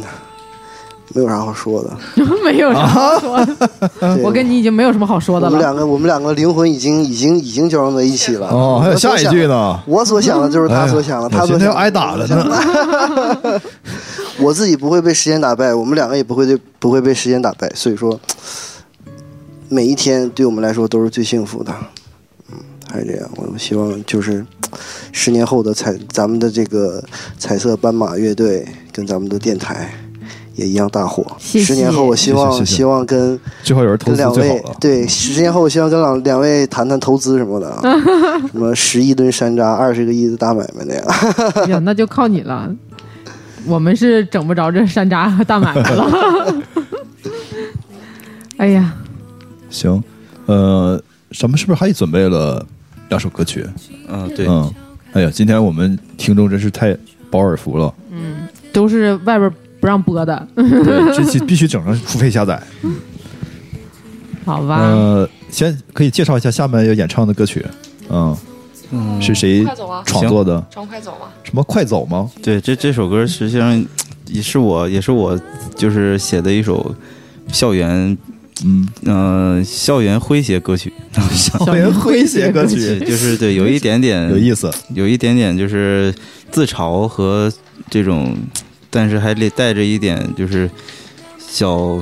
S7: 没有啥好说的。
S4: *laughs* 没有啥好说的，
S7: 对
S4: 我跟你已经没有什么好说的
S7: 我们
S4: 了。
S7: 两个，我们两个灵魂已经已经已经交融在一起了。
S5: 哦，还有
S7: 我所
S5: 下一
S7: 想
S5: 句。呢。
S7: 我所想的就是他所想的，
S5: 哎呀
S7: 他
S5: 我
S7: 所
S5: 今天
S7: 想
S5: 要
S7: 的
S5: 挨打了呢。
S7: *laughs* 我自己不会被时间打败，我们两个也不会对不会被时间打败，所以说每一天对我们来说都是最幸福的。嗯，还是这样，我们希望就是十年后的彩咱们的这个彩色斑马乐队跟咱们的电台也一样大火。
S4: 谢谢
S7: 十年后，我希望
S5: 谢谢谢谢
S7: 希望跟
S5: 最好有人投
S7: 跟
S5: 资
S7: 两
S5: 最
S7: 位
S5: 好了。嗯
S7: 对十年后，我希望跟两两位谈谈投资什么的啊，什么十亿吨山楂、二十个亿的大买卖那样。
S4: 哎 *laughs* 呀，那就靠你了。我们是整不着这山楂和大买卖了。 *laughs* 哎呀，
S5: 行，呃，咱们是不是还准备了两首歌曲？
S2: 嗯，对，
S5: 嗯，哎呀，今天我们听众真是太饱耳福了，
S4: 都是外边不让播的， *laughs*
S5: 对，这期必须整上付费下载。
S4: 好吧？
S5: 呃，先可以介绍一下下面要演唱的歌曲，嗯，
S2: 嗯，
S5: 是谁
S1: 快走啊，
S5: 创作的？
S1: 咱们快走啊！
S5: 什么快走吗？
S2: 对，这这首歌实际上也是我，也是我就是写的一首校园，
S5: 嗯，
S2: 嗯、校园诙谐歌曲， *laughs*
S5: 校园诙谐歌
S2: 是
S5: 曲，
S2: 就是对，有一点点
S5: 有意思。
S2: 有一点点就是自嘲和这种，但是还得带着一点就是小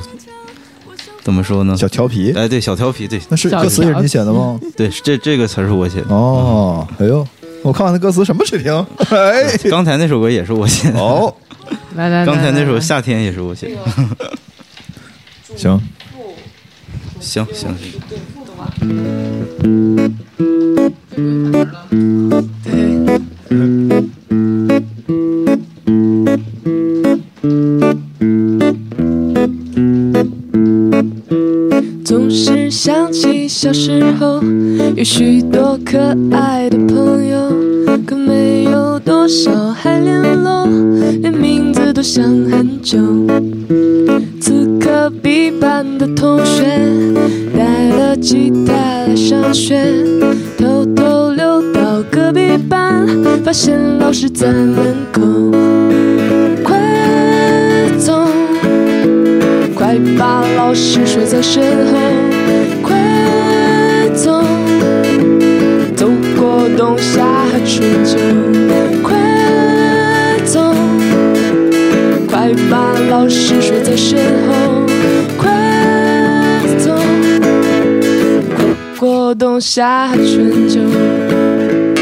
S2: 怎么说呢？
S5: 小调皮，
S2: 哎，对，小嗯调皮，对
S5: 那是
S4: 小
S5: 歌词也是
S4: 调
S5: 你写的吗？
S2: 对，这这个词儿是我写的。
S5: 哦，哎呦，我看看那歌词什么水平？哎，
S2: 刚才那首歌也是我写的，
S5: 哦，
S4: 来来来，
S2: 刚才那
S4: 来
S2: 首《
S4: 来
S2: 夏天》也是我写
S1: 那
S2: 的。
S1: 个
S5: 行，
S1: 不
S2: 行行行。
S1: 对不的话，总是想起小时候有许多可爱的朋友，可没有多少还联络，连名字都想很久。此刻彼班的同学带了吉他来上学，偷偷溜到隔壁班，发现老师在门口。快走，快把老师甩在身后。快走，走过冬夏和春秋。快走。快把老师甩在身后，快走，跨过冬夏和春秋。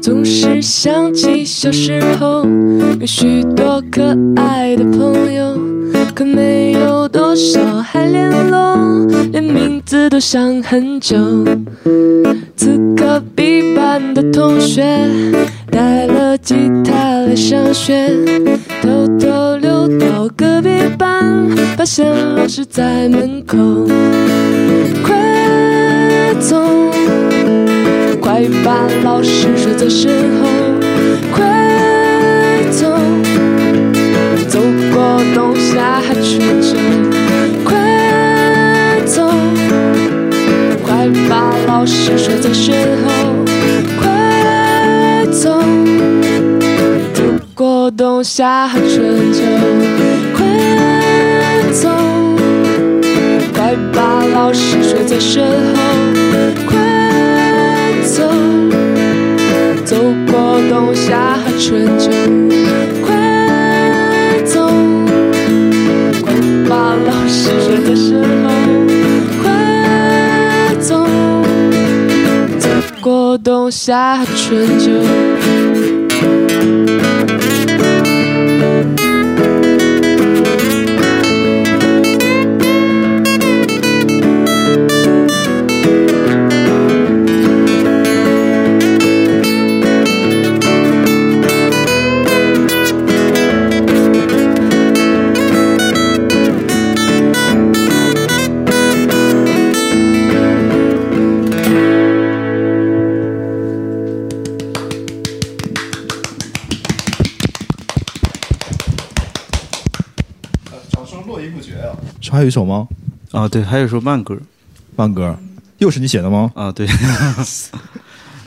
S1: 总是想起小时候有许多可爱的朋友，可没有多少还联络，连名字都想很久。此刻彼班的同学带了吉他来上学，偷偷溜到隔壁班，发现老师在门口。快走！快把老师甩在身后，快走，走过冬夏和春秋，快走，快把老师甩在身后，快走，走过冬夏和春秋，快走，快把老师甩在身后。快走，走过冬夏和春秋，快走，快把老师甩在身后，快走，走过秋冬夏春秋。
S5: 掌声络绎不绝啊！是还有一首吗？
S2: 啊，对，还有一首慢歌
S5: 慢歌，又是你写的吗？
S2: 啊，对，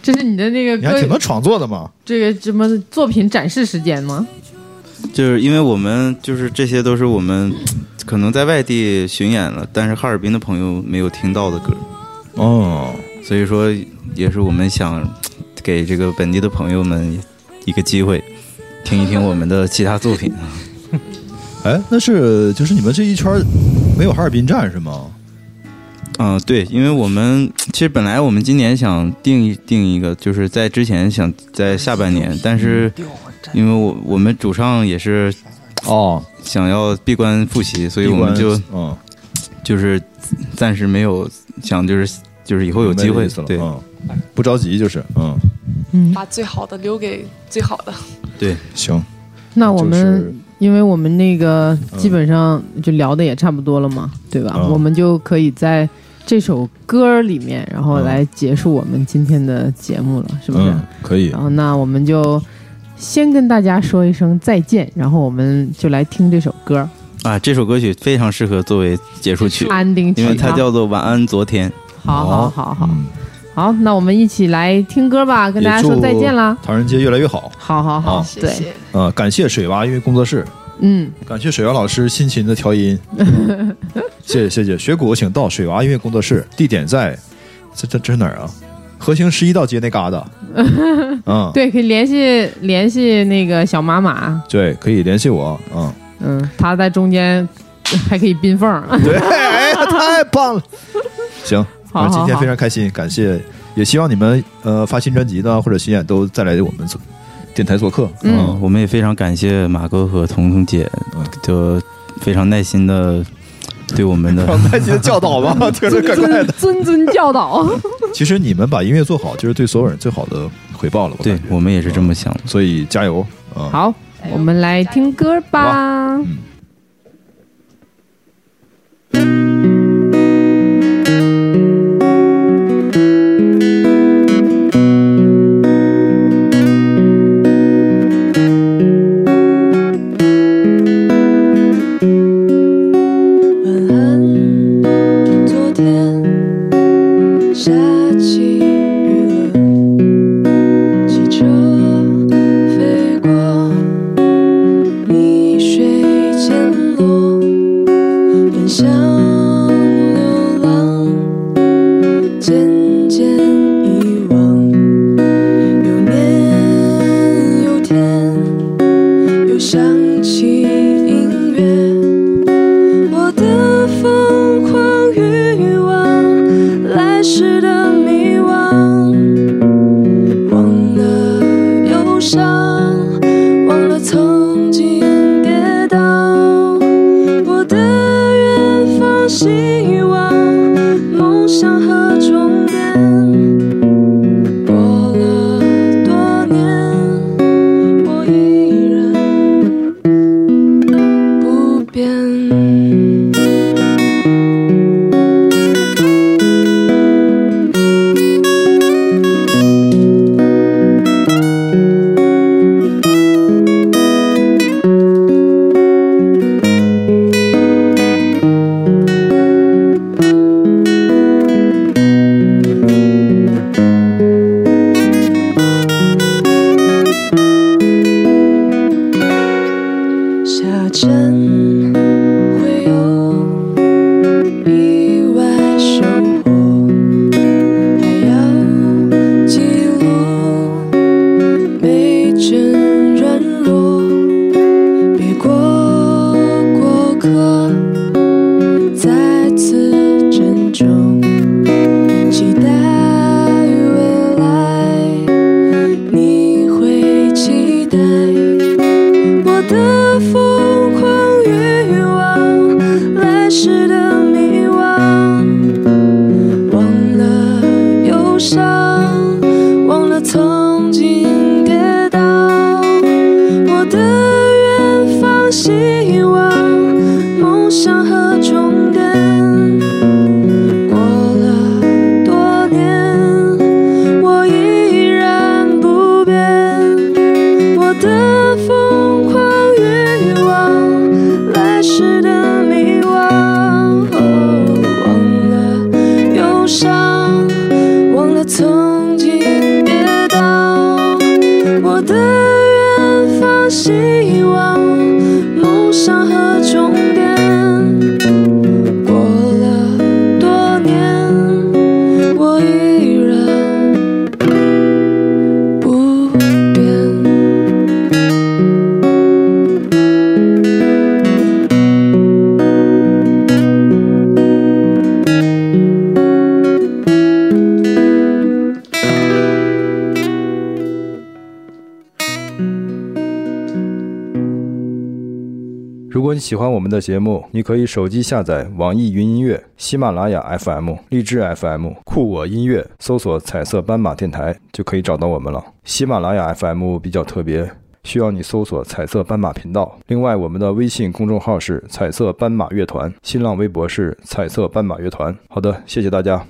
S4: 这是你的那个
S5: 你还挺
S4: 歌
S5: 能创作的嘛！
S4: 这个什么作品展示时间吗？
S2: 就是因为我们就是这些都是我们可能在外地巡演了，但是哈尔滨的朋友没有听到的歌，
S5: 哦，
S2: 所以说也是我们想给这个本地的朋友们一个机会，听一听我们的其他作品。
S5: 哎，那是就是你们这一圈儿没有哈尔滨站是吗？
S2: 嗯，对，因为我们其实本来我们今年想定一定一个，就是在之前想在下半年，但是因为我我们主唱也是
S5: 哦，
S2: 想要闭关复习，所以
S5: 闭
S2: 我们
S5: 关
S2: 就
S5: 嗯，
S2: 就是暂时没有想就是就是以后有
S5: 明白
S2: 机
S5: 这
S2: 会
S5: 意思了，
S2: 对
S5: 嗯，不着急就是嗯，
S4: 嗯，
S1: 把最好的留给最好的。
S2: 对，
S5: 行，
S4: 那我们、
S5: 就是
S4: 因为我们那个
S5: 嗯
S4: 基本上就聊的也差不多了嘛，对吧？
S5: 嗯
S4: 我们就可以在这首歌里面，然后
S5: 嗯
S4: 来结束我们今天的节目了，是不是？
S5: 嗯，可以
S4: 然，后那我们就先跟大家说一声再见，然后我们就来听这首歌
S2: 啊，这首歌曲非常适合作为结束曲
S4: 《安定曲》
S2: 因
S4: 啊，
S2: 为它叫做《晚安昨天》。
S4: 好好好好、
S5: 嗯，
S4: 好，那我们一起来听歌吧，跟大家说再见啦。
S5: 唐人街越来越好
S4: 好好好，
S5: 啊
S1: 谢
S4: 对，
S1: 谢。
S5: 啊！感谢水娃音乐工作室，
S4: 嗯，
S5: 感谢水娃老师辛勤的调
S4: *laughs*
S5: 音，谢谢谢谢。学鼓请到水娃音乐工作室，地点在这这这是哪儿啊？和平十一道街那
S4: *laughs*
S5: 旮瘩，嗯，
S4: 对，可以联系联系那个小马马，
S5: 对，可以联系我，嗯，
S4: 嗯，他在中间还可以冰缝
S2: *laughs*
S4: 儿。
S5: *laughs* 对，哎，太棒了，行，
S4: 好
S5: 我们今天
S4: 好
S5: 非常开心，感谢，也希望你们呃发新专辑呢或者巡演都再来我们做电台做客，
S4: 嗯
S2: 我们也非常感谢马哥和彤彤姐
S5: 嗯，
S2: 就非常耐心的对我们的
S5: *laughs* 好耐心的教导 *laughs* 吧，听着怪
S4: *laughs*
S5: 怪
S4: 谆
S5: 的。
S4: 谆谆教
S2: *laughs*
S4: 导，
S5: 其实你们把音乐做好，就是对所有人最好的回报了，我
S2: 对
S5: 感觉
S2: 我们也是这么想的。
S5: 所以加油啊！
S4: 好，
S1: 哎
S4: 我们来听歌吧。
S3: 晚安，昨天下起雨了，汽车飞过你睡前曾经跌倒，我的远方希望，梦想和终点。过了多年，我依然不变，我的疯狂欲望，来时的迷惘，哦忘了忧伤。忘了曾经跌倒。我的远方，希望、梦想和终点。过了多年，我依然不变。
S8: 如果你喜欢我们的节目，你可以手机下载网易云音乐、喜马拉雅 FM、荔枝 FM、酷我音乐，搜索“彩色斑马电台”就可以找到我们了。喜马拉雅 FM 比较特别，需要你搜索“彩色斑马频道”。另外，我们的微信公众号是“彩色斑马乐团”，新浪微博是“彩色斑马乐团”。好的，谢谢大家。